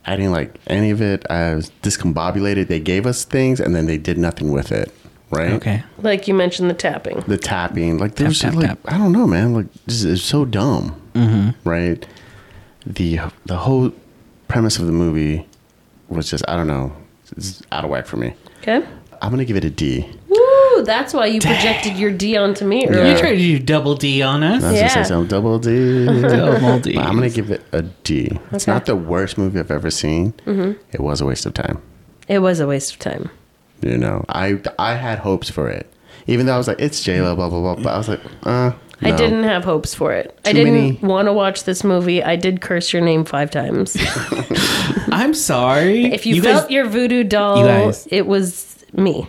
Speaker 1: I didn't like any of it. I was discombobulated. They gave us things and then they did nothing with it. Right?
Speaker 3: okay.
Speaker 2: like you mentioned the tapping
Speaker 1: The tapping, like there's
Speaker 3: tap,
Speaker 1: like
Speaker 3: tap. Mm-hmm.
Speaker 1: I don't know, man. Like this is so dumb. Right? The the whole premise of the movie was just I don't know. It's out of whack for me.
Speaker 2: okay
Speaker 1: I'm gonna give it a D.
Speaker 2: Woo, that's why you projected your d onto me earlier
Speaker 3: You tried to do double D on
Speaker 1: I
Speaker 3: us.
Speaker 1: was
Speaker 2: Yeah.
Speaker 1: gonna say something double D.
Speaker 3: Double D.
Speaker 1: But I'm gonna give it a D. It's
Speaker 2: Okay. Mm-hmm.
Speaker 1: not the worst movie I've ever seen. It was a waste of time.
Speaker 2: it was a waste of time
Speaker 1: You know, I I had hopes for it, even though I was like, it's J Lo, blah blah blah. But I was like, uh,
Speaker 2: I
Speaker 1: no.
Speaker 2: didn't have hopes for it. I
Speaker 1: Too
Speaker 2: didn't
Speaker 1: many-
Speaker 2: want to watch this movie. I did curse your name five times.
Speaker 3: I'm sorry.
Speaker 2: If you,
Speaker 3: guys-
Speaker 2: felt your voodoo doll,
Speaker 3: You guys-
Speaker 2: it was me.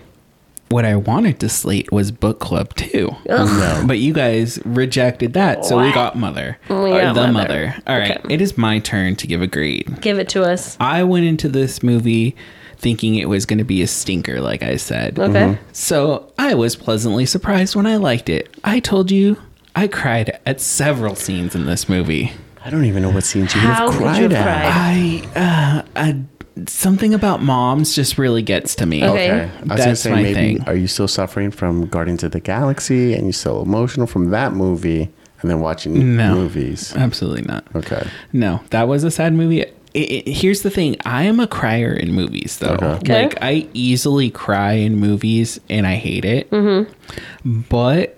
Speaker 3: what I wanted to slate was book club too, but you guys rejected that, so we
Speaker 2: What?
Speaker 3: got mother
Speaker 2: We
Speaker 3: or
Speaker 2: got
Speaker 3: the
Speaker 2: Mother.
Speaker 3: mother. All right,
Speaker 2: Okay.
Speaker 3: it is my turn to give a grade.
Speaker 2: Give it to us.
Speaker 3: I went into this movie thinking it was going to be a stinker, like I said.
Speaker 2: Okay.
Speaker 3: So I was pleasantly surprised when I liked it. I told you I cried at several scenes in this movie.
Speaker 1: I don't even know what scenes you would
Speaker 2: How
Speaker 1: have
Speaker 2: could you
Speaker 1: cried at.
Speaker 2: cry?
Speaker 3: I, uh, I, something about moms just really gets to me.
Speaker 2: Okay.
Speaker 1: Okay, I was gonna
Speaker 3: That's
Speaker 1: say
Speaker 3: my
Speaker 1: maybe
Speaker 3: thing.
Speaker 1: are you still suffering from Guardians of the Galaxy and you're still emotional from that movie and then watching
Speaker 3: No.
Speaker 1: movies?
Speaker 3: Absolutely not.
Speaker 1: Okay,
Speaker 3: No, that was a sad movie. It, it, here's the thing I am a crier in movies, though.
Speaker 2: Okay.
Speaker 3: Like, I easily cry in movies and I hate it.
Speaker 2: Mm-hmm.
Speaker 3: But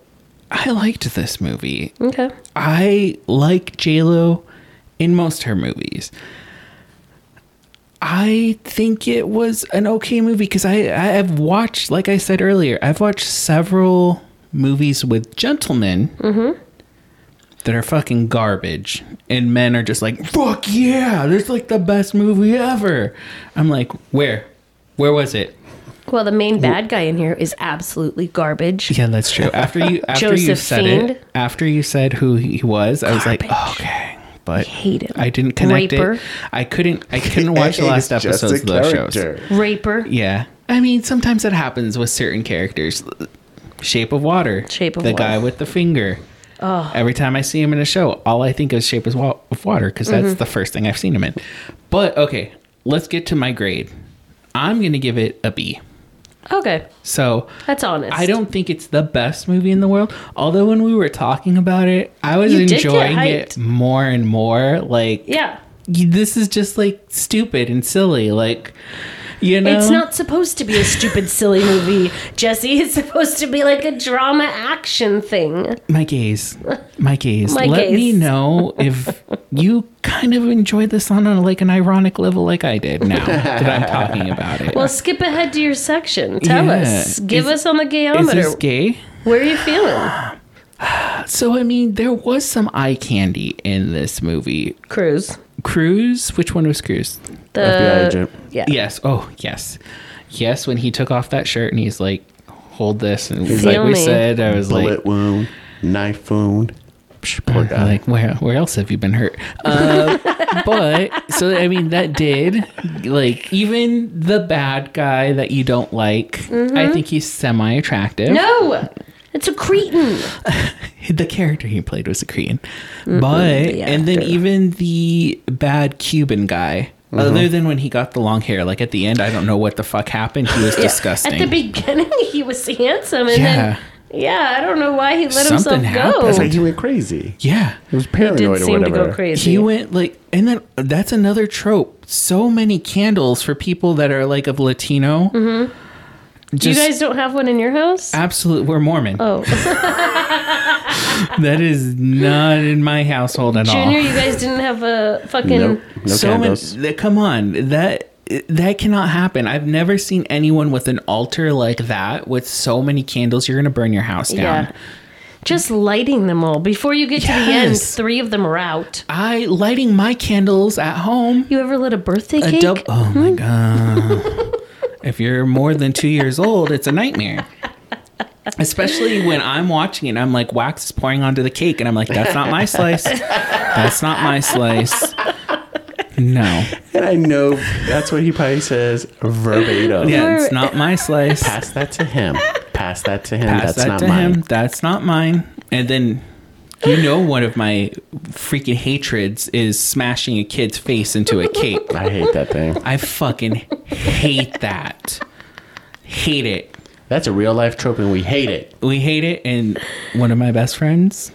Speaker 3: I liked this movie.
Speaker 2: Okay.
Speaker 3: I like JLo in most her movies. I think it was an okay movie because I, I have watched, like I said earlier, I've watched several movies with gentlemen that are fucking garbage. And men are just like, fuck yeah, this is like the best movie ever. I'm like, where? Where was it?
Speaker 2: Well, the main bad guy in here is absolutely garbage.
Speaker 3: Yeah, that's true. After you after you
Speaker 2: Joseph
Speaker 3: said
Speaker 2: Fiend.
Speaker 3: it, after you said who he was, I was like,
Speaker 2: Garbage.
Speaker 3: okay, but
Speaker 2: hate him.
Speaker 3: I didn't connect
Speaker 2: Raper.
Speaker 3: it. I couldn't. I couldn't watch the last
Speaker 1: It's just
Speaker 3: episodes of
Speaker 1: a
Speaker 3: those shows.
Speaker 1: character.
Speaker 2: Raper.
Speaker 3: Yeah, I mean, sometimes it happens with certain characters. Shape of Water.
Speaker 2: Shape of
Speaker 3: the
Speaker 2: Water.
Speaker 3: guy with the finger. Oh. Every time I see him in a show, all I think is Shape of Wa- of Water because that's
Speaker 2: Mm-hmm.
Speaker 3: the first thing I've seen him in. But okay, let's get to my grade. I'm gonna give it a B.
Speaker 2: Okay.
Speaker 3: So
Speaker 2: That's honest.
Speaker 3: I don't think it's the best movie in the world. Although when we were talking about it, I was
Speaker 2: You did get
Speaker 3: enjoying
Speaker 2: hyped.
Speaker 3: it more and more. Like,
Speaker 2: Yeah.
Speaker 3: y- this is just like stupid and silly. Like, you know,
Speaker 2: It's not supposed to be a stupid, silly movie, Jesse. It's supposed to be like a drama action thing.
Speaker 3: my gaze, my gaze.
Speaker 2: My
Speaker 3: Let me
Speaker 2: gaze.
Speaker 3: know if you kind of enjoyed this on a, like an ironic level, like I did. Now that I'm talking about it,
Speaker 2: Well, skip ahead to your section. Tell
Speaker 3: Yeah.
Speaker 2: us. Give
Speaker 3: Is-
Speaker 2: us on the
Speaker 3: is this
Speaker 2: gayometer.
Speaker 3: gay?
Speaker 2: Where are you feeling?
Speaker 3: So, I mean, there was some eye candy in this movie.
Speaker 2: Cruise.
Speaker 3: Cruise, which one was Cruise?
Speaker 2: The
Speaker 4: FBI agent.
Speaker 2: Yeah.
Speaker 3: Yes. Oh, yes. Yes, when he took off that shirt and he's like, hold this. And
Speaker 2: Feel
Speaker 3: like we
Speaker 2: me.
Speaker 3: said, I was
Speaker 4: Bullet
Speaker 3: like,
Speaker 4: wound, knife wound. Psh, poor guy.
Speaker 3: like where where else have you been hurt? Uh, but so I mean that did like even the bad guy that you don't like. I think he's semi attractive.
Speaker 2: Mm-hmm. No, it's a cretin.
Speaker 3: the character he played was a Korean. But
Speaker 2: the
Speaker 3: and then
Speaker 2: actor.
Speaker 3: even the bad Cuban guy.
Speaker 4: Mm-hmm.
Speaker 3: Other than when he got the long hair, like at the end, I don't know what the fuck happened. He was disgusting.
Speaker 2: At the beginning, he was handsome, and
Speaker 3: yeah,
Speaker 2: then yeah, I don't know why he let
Speaker 3: Something
Speaker 2: himself
Speaker 3: happened.
Speaker 2: go.
Speaker 4: It's like he went crazy.
Speaker 3: yeah.
Speaker 4: He was
Speaker 2: He
Speaker 4: paranoid
Speaker 2: did
Speaker 4: or
Speaker 2: seem to
Speaker 4: whatever.
Speaker 2: go crazy.
Speaker 3: He went like, and then uh, that's another trope. So many candles for people that are like of Latino. Mm-hmm.
Speaker 2: you
Speaker 3: Just
Speaker 2: guys don't have one in your house?
Speaker 3: absolute. We're Mormon.
Speaker 2: oh,
Speaker 3: That is not in my household at all.
Speaker 2: Junior, you guys didn't have a fucking.
Speaker 4: Nope. No
Speaker 3: so many,
Speaker 4: candles.
Speaker 3: th- come on that that cannot happen i've never seen anyone with an altar like that with so many candles you're gonna burn your house down
Speaker 2: Yeah. Just lighting them all before you get to the end.
Speaker 3: Yes.
Speaker 2: Three of them are out.
Speaker 3: i lighting my candles at home
Speaker 2: You ever lit a birthday
Speaker 3: a
Speaker 2: cake? Hmm?
Speaker 3: dub- oh my god if you're more than two years old it's a nightmare Especially when I'm watching it, and I'm like, wax is pouring onto the cake, and I'm like, that's not my slice. That's not my slice. No.
Speaker 4: And I know that's what he probably says verbatim.
Speaker 3: Yeah,
Speaker 2: You're-
Speaker 3: it's not my slice.
Speaker 4: Pass that to him. Pass that to him.
Speaker 3: pass
Speaker 4: that's
Speaker 3: that
Speaker 4: not
Speaker 3: to
Speaker 4: mine.
Speaker 3: him. That's not mine. And then you know one of my freaking hatreds is smashing a kid's face into a cake.
Speaker 4: I hate that thing.
Speaker 3: I fucking hate that. Hate it.
Speaker 4: That's a real life trope, and we hate it.
Speaker 3: We hate it. And one of my best friends'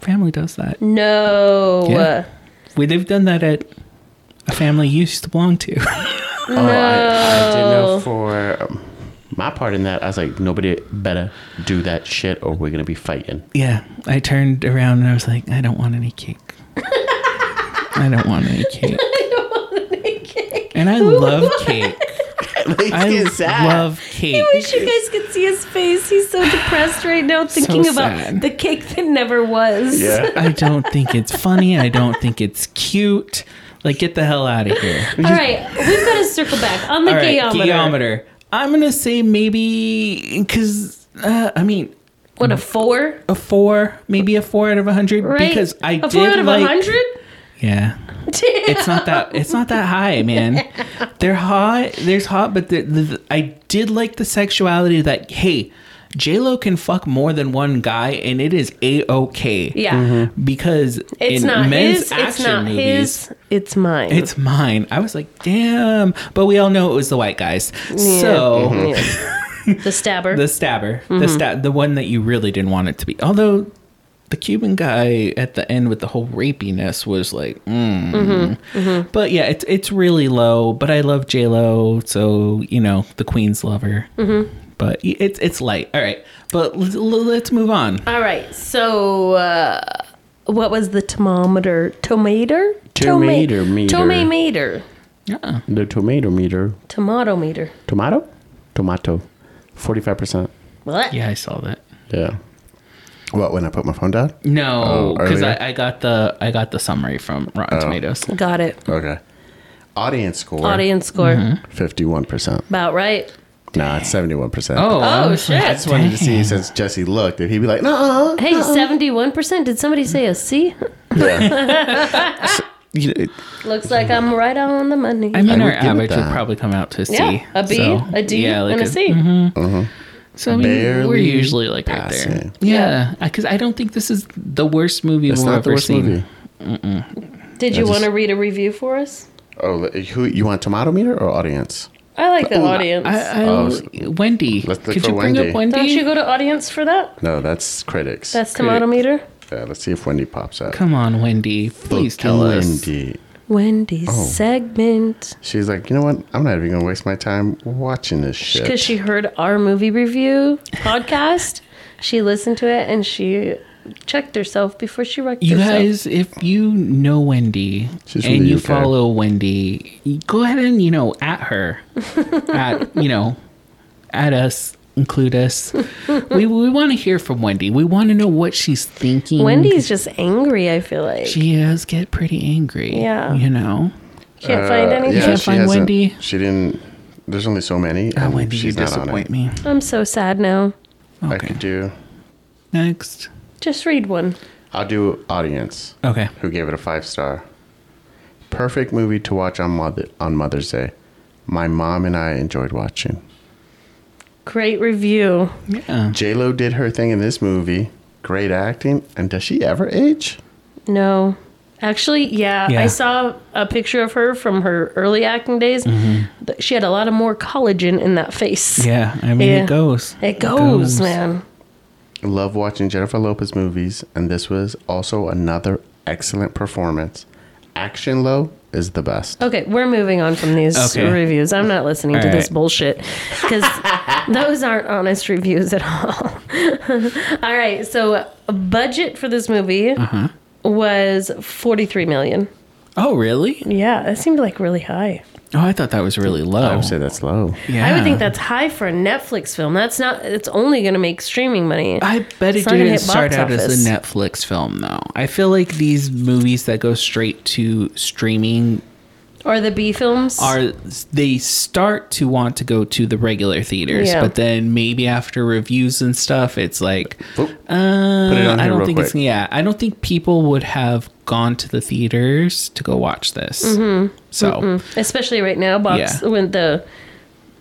Speaker 3: family does that.
Speaker 2: No.
Speaker 3: Yeah. We they've done that at a family you used to belong to.
Speaker 4: Oh, I, I did know for um, my part in that. I was like, nobody better do that shit, or we're gonna be fighting.
Speaker 3: yeah. I turned around and I was like, I don't want any cake. I don't want any cake. And I love cake.
Speaker 4: Like,
Speaker 3: I
Speaker 4: is that-
Speaker 3: love cake.
Speaker 2: I wish you guys could see his face. He's so depressed right now, thinking about
Speaker 3: sad.
Speaker 2: the cake that never was.
Speaker 4: Yeah.
Speaker 3: I don't think it's funny. I don't think it's cute. Like, get the hell out of here.
Speaker 2: All right, we've got to circle back on the
Speaker 3: All right,
Speaker 2: geometer.
Speaker 3: geometer. I'm gonna say maybe because uh, I mean
Speaker 2: What a four,
Speaker 3: a four, maybe a four out of a hundred
Speaker 2: right?
Speaker 3: because I
Speaker 2: a
Speaker 3: did
Speaker 2: four out of a
Speaker 3: like
Speaker 2: hundred.
Speaker 3: yeah. It's not that it's not that high, man. They're hot. There's hot, but the, the, the- I did like the sexuality that hey, J Lo can fuck more than one guy, and it is a okay.
Speaker 2: Yeah,
Speaker 3: because
Speaker 2: it's
Speaker 3: in
Speaker 2: not
Speaker 3: men's
Speaker 2: his.
Speaker 3: action
Speaker 2: It's not
Speaker 3: movies,
Speaker 2: his. It's mine.
Speaker 3: It's mine. I was like, damn. But we all know it was the white guys. So
Speaker 2: Yeah. the stabber.
Speaker 3: the stabber,
Speaker 2: Mm-hmm.
Speaker 3: the stab, the one that you really didn't want it to be. Although the Cuban guy at the end with the whole rapiness was like, mm.
Speaker 2: Mm-hmm.
Speaker 3: but yeah, it's it's really low. But I love J Lo, so you know the Queen's lover.
Speaker 2: Mm-hmm.
Speaker 3: But y- it's it's light. All right, but l- l- let's move on.
Speaker 2: All right. So, uh, what was the thermometer? Tomater.
Speaker 4: Tomater
Speaker 2: Tome-
Speaker 4: meter.
Speaker 2: Tome meter.
Speaker 3: Yeah.
Speaker 4: The tomato meter.
Speaker 2: Tomato meter.
Speaker 4: Tomato. Tomato. Forty-five percent.
Speaker 2: What?
Speaker 3: Yeah, I saw that.
Speaker 4: Yeah.
Speaker 1: What, when I put my phone down?
Speaker 3: No,
Speaker 1: Oh,
Speaker 3: because
Speaker 1: earlier? Oh.
Speaker 3: I, I got the I got the summary from Rotten Tomatoes.
Speaker 2: Got it.
Speaker 1: Okay.
Speaker 4: Audience score.
Speaker 2: Audience score.
Speaker 3: Mm-hmm.
Speaker 1: Fifty-one percent.
Speaker 2: About right.
Speaker 1: Nah, it's seventy-one percent.
Speaker 3: I
Speaker 2: Oh
Speaker 3: was like,
Speaker 1: I
Speaker 2: shit.
Speaker 1: just wanted to see since Jesse looked if he'd be like, no.
Speaker 2: Hey, seventy-one percent. Did somebody say a C?
Speaker 1: You know,
Speaker 2: Looks like I'm right on the money.
Speaker 3: I mean,
Speaker 1: I
Speaker 3: our
Speaker 1: would give it
Speaker 3: average would
Speaker 1: that.
Speaker 3: probably come out to a C.
Speaker 2: yeah, a B,
Speaker 3: so,
Speaker 2: a D,
Speaker 3: yeah, Mm-hmm. like
Speaker 2: and a
Speaker 3: a-
Speaker 2: C.
Speaker 3: So I mean, we're
Speaker 1: Barely
Speaker 3: usually like right there.
Speaker 1: passing.
Speaker 3: Yeah, because I don't think this is the worst movie
Speaker 4: It's
Speaker 3: we've
Speaker 4: not the
Speaker 3: ever
Speaker 4: worst
Speaker 3: seen.
Speaker 4: movie.
Speaker 2: Did you want to read a review for us?
Speaker 4: Oh, who you want? Tomato meter or audience?
Speaker 2: I like the audience.
Speaker 3: I, I, Wendy,
Speaker 1: Oh, Let's look
Speaker 3: could
Speaker 1: for
Speaker 3: you bring up
Speaker 1: Wendy.
Speaker 3: Wendy?
Speaker 2: Don't you go to audience for that?
Speaker 1: no, that's critics.
Speaker 2: That's tomato meter.
Speaker 1: yeah, uh, let's see if Wendy pops up.
Speaker 3: Come on, Wendy, please tell us.
Speaker 1: Wendy.
Speaker 2: Wendy's
Speaker 3: Oh.
Speaker 2: segment.
Speaker 1: She's like, you know what? I'm not even gonna waste my time watching this shit.
Speaker 2: Because she heard our movie review podcast. she listened to it and she checked herself before she wrecked
Speaker 3: You
Speaker 2: herself.
Speaker 3: guys, if you know Wendy
Speaker 1: She's from
Speaker 3: and
Speaker 1: the
Speaker 3: you
Speaker 1: UK.
Speaker 3: follow Wendy, you go ahead and you know at her, at you know, at us include us. we we want to hear from Wendy. We want to know what she's thinking.
Speaker 2: Wendy's just angry, I feel like.
Speaker 3: she does get pretty angry.
Speaker 2: Yeah.
Speaker 3: you know.
Speaker 2: Can't find anything.
Speaker 3: Uh, yeah. can't find
Speaker 1: hasn't-
Speaker 3: Wendy.
Speaker 1: Uh, She didn't. There's only so many.
Speaker 3: Oh,
Speaker 1: and
Speaker 3: Wendy, you
Speaker 1: she's not on
Speaker 3: disappoint
Speaker 1: it.
Speaker 3: me.
Speaker 2: I'm so sad now.
Speaker 1: I
Speaker 3: Okay,
Speaker 1: could do.
Speaker 3: next.
Speaker 2: Just read one.
Speaker 1: I'll do audience.
Speaker 3: Okay,
Speaker 1: who gave it a five star. Perfect movie to watch on Mother on Mother's Day. My mom and I enjoyed watching.
Speaker 2: Great review.
Speaker 3: yeah.
Speaker 1: J Lo did her thing in this movie. Great acting, and does she ever age?
Speaker 2: No. Actually, yeah,
Speaker 3: Yeah.
Speaker 2: I saw a picture of her from her early acting days. Th- She had a lot of more collagen in that face.
Speaker 3: Mm-hmm. Yeah, I mean
Speaker 2: Yeah.
Speaker 3: it goes.
Speaker 2: It goes, man.
Speaker 1: Love watching Jennifer Lopez movies, and this was also another excellent performance. Action low is the best.
Speaker 2: Okay, we're moving on from these
Speaker 3: Okay.
Speaker 2: reviews. I'm not listening
Speaker 3: All
Speaker 2: to this
Speaker 3: right.
Speaker 2: bullshit because those aren't honest reviews at all. all right, so budget for this movie
Speaker 3: Uh-huh.
Speaker 2: was 43 million.
Speaker 3: Oh, really?
Speaker 2: Yeah, that seemed like really high.
Speaker 3: Oh, I thought that was really low.
Speaker 1: I would say that's low.
Speaker 3: yeah.
Speaker 2: I would think that's high for a Netflix film. That's not. It's only going to make streaming money.
Speaker 3: I bet
Speaker 2: It's
Speaker 3: it
Speaker 2: not gonna
Speaker 3: didn't
Speaker 2: hit
Speaker 3: start
Speaker 2: box
Speaker 3: out as
Speaker 2: office.
Speaker 3: a Netflix film, though. I feel like these movies that go straight to streaming
Speaker 2: or the B films.
Speaker 3: are they start to want to go to the regular theaters,
Speaker 2: Yeah.
Speaker 3: but then maybe after reviews and stuff, it's like, uh,
Speaker 1: Oop. Put it on
Speaker 3: I
Speaker 1: here
Speaker 3: don't
Speaker 1: real
Speaker 3: think it's
Speaker 1: quick.
Speaker 3: yeah, I don't think people would have gone to the theaters to go watch this.
Speaker 2: Mm-hmm.
Speaker 3: So
Speaker 2: especially right now. Box
Speaker 3: Yeah.
Speaker 2: when the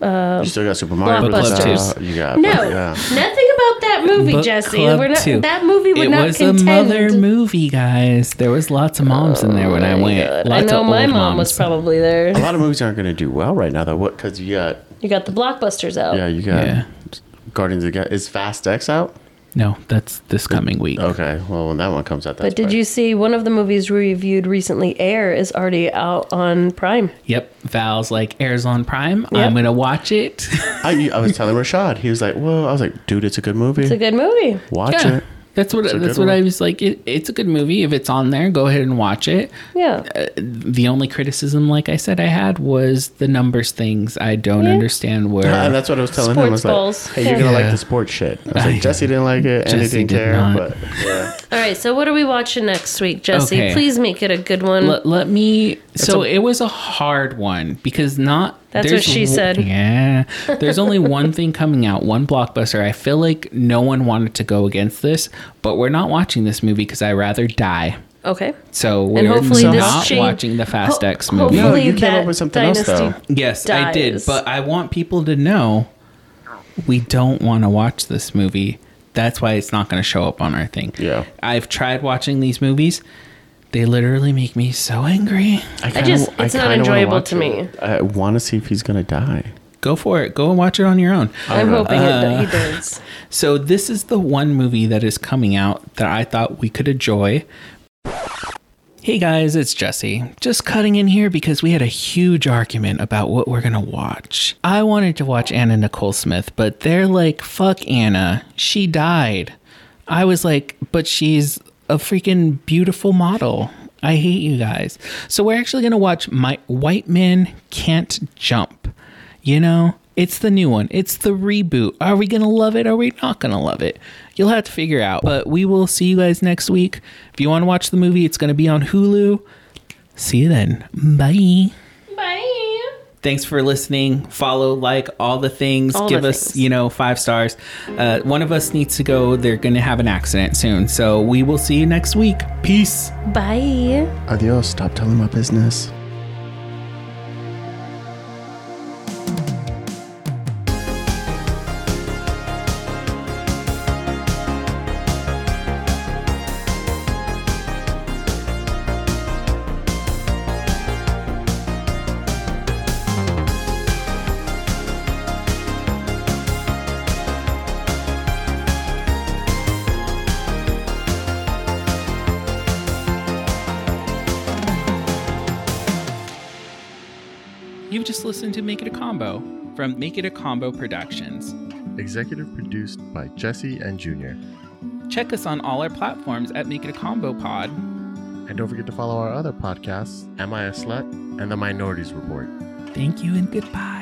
Speaker 1: You still got Super Mario Bros.
Speaker 3: Blockbusters.
Speaker 1: out. You got
Speaker 2: no
Speaker 1: yeah.
Speaker 2: nothing about that movie,
Speaker 3: Book
Speaker 2: Jesse.
Speaker 3: Club
Speaker 2: We're not,
Speaker 3: 2.
Speaker 2: that movie would
Speaker 3: it
Speaker 2: not
Speaker 3: was
Speaker 2: contend.
Speaker 3: a mother movie, guys. There was lots of moms in there when I went.
Speaker 2: Oh I
Speaker 3: Lots
Speaker 2: know
Speaker 3: of
Speaker 2: my
Speaker 3: old
Speaker 2: mom was
Speaker 3: moms.
Speaker 2: probably
Speaker 1: A
Speaker 2: there.
Speaker 1: lot of movies aren't going to do well right now though. What? Because you got
Speaker 2: You got the blockbusters out.
Speaker 1: yeah, you got
Speaker 3: Yeah.
Speaker 1: Guardians of the Ga- is Fast X out?
Speaker 3: No, that's this coming week.
Speaker 1: Okay, well when that one comes out, that's
Speaker 2: but did
Speaker 1: bad.
Speaker 2: you see one of the movies we reviewed recently? Air is already out on Prime.
Speaker 3: Yep, Val's like airs on Prime.
Speaker 2: Yep.
Speaker 3: I'm gonna watch it.
Speaker 1: I, I was telling Rashad, he was like, "Well, I was like, dude, it's a good movie.
Speaker 2: It's a good movie.
Speaker 1: Watch it."
Speaker 3: That's what
Speaker 1: a
Speaker 3: that's
Speaker 1: good
Speaker 3: what I
Speaker 1: one.
Speaker 3: was like. It, it's a good movie. If it's on there, go ahead and watch it.
Speaker 2: Yeah,
Speaker 3: Uh, The only criticism, like I said, I had was the numbers things. I don't understand where
Speaker 1: And Uh, that's what I was telling him. I was
Speaker 2: Sports balls.
Speaker 1: like, "Hey, you're
Speaker 2: Yeah.
Speaker 1: gonna
Speaker 3: Uh, Yeah.
Speaker 1: like the sports shit." I was like, "Jesse didn't like it, and he
Speaker 3: Jesse
Speaker 1: didn't
Speaker 3: did
Speaker 1: care."
Speaker 3: not.
Speaker 1: But yeah,
Speaker 2: All right, so what are we watching next week, Jesse?
Speaker 3: Okay.
Speaker 2: Please make it a good one.
Speaker 3: let, let me so it was a hard one because not
Speaker 2: That's what
Speaker 3: there's
Speaker 2: she
Speaker 3: w-
Speaker 2: said.
Speaker 3: yeah there's only one thing coming out one blockbuster i feel like no one wanted to go against this but we're not watching this movie because i rather die
Speaker 2: okay.
Speaker 3: so we're
Speaker 2: And hopefully this
Speaker 3: not
Speaker 2: change-
Speaker 3: watching the fast
Speaker 2: Ho-
Speaker 3: x movie
Speaker 1: No,
Speaker 2: Hopefully
Speaker 1: you came
Speaker 2: that
Speaker 1: up with something else,
Speaker 2: dynasty-
Speaker 1: though.
Speaker 3: yes i did
Speaker 2: dies.
Speaker 3: but i want people to know we don't want to watch this movie that's why it's not going to show up on our thing
Speaker 1: Yeah.
Speaker 3: i've tried watching these movies they literally make me so angry
Speaker 1: kinda-
Speaker 2: just- it's not
Speaker 1: kinda wanna
Speaker 2: enjoyable
Speaker 1: watch
Speaker 2: to me.
Speaker 1: it. I want to see if he's gonna die.
Speaker 3: go for it. Go and watch it on your own.
Speaker 2: I'm hoping it, he does.
Speaker 3: So this is the one movie that is coming out that I thought we could enjoy. Hey guys, it's Jesse. Just cutting in here because we had a huge argument about what we're gonna watch. I wanted to watch Anna Nicole Smith, but they're like, fuck Anna. She died. I was like, but she's a freaking beautiful model. I hate you guys. So we're actually gonna watch My White Men Can't Jump. You know, it's the new one. It's the reboot. Are we going to love it? Are we not going to love it? You'll have to figure out. But we will see you guys next week. If you want to watch the movie, it's going to be on Hulu. See you then. Bye.
Speaker 2: Bye.
Speaker 3: Thanks for listening. Follow, like, all the things.
Speaker 2: All
Speaker 3: Give
Speaker 2: the
Speaker 3: us,
Speaker 2: things.
Speaker 3: you know, five stars. Uh, one of us needs to go. They're going to have an accident soon. So we will see you next week. Peace.
Speaker 2: Bye.
Speaker 1: Adios. Stop telling my business.
Speaker 3: You've just listened to Make It a Combo from Make It a Combo Productions.
Speaker 6: Executive produced by Jesse and Junior.
Speaker 3: Check us on all our platforms at Make It a Combo Pod.
Speaker 6: And don't forget to follow our other podcasts, Am I a Slut? and The Minorities Report.
Speaker 3: Thank you and goodbye.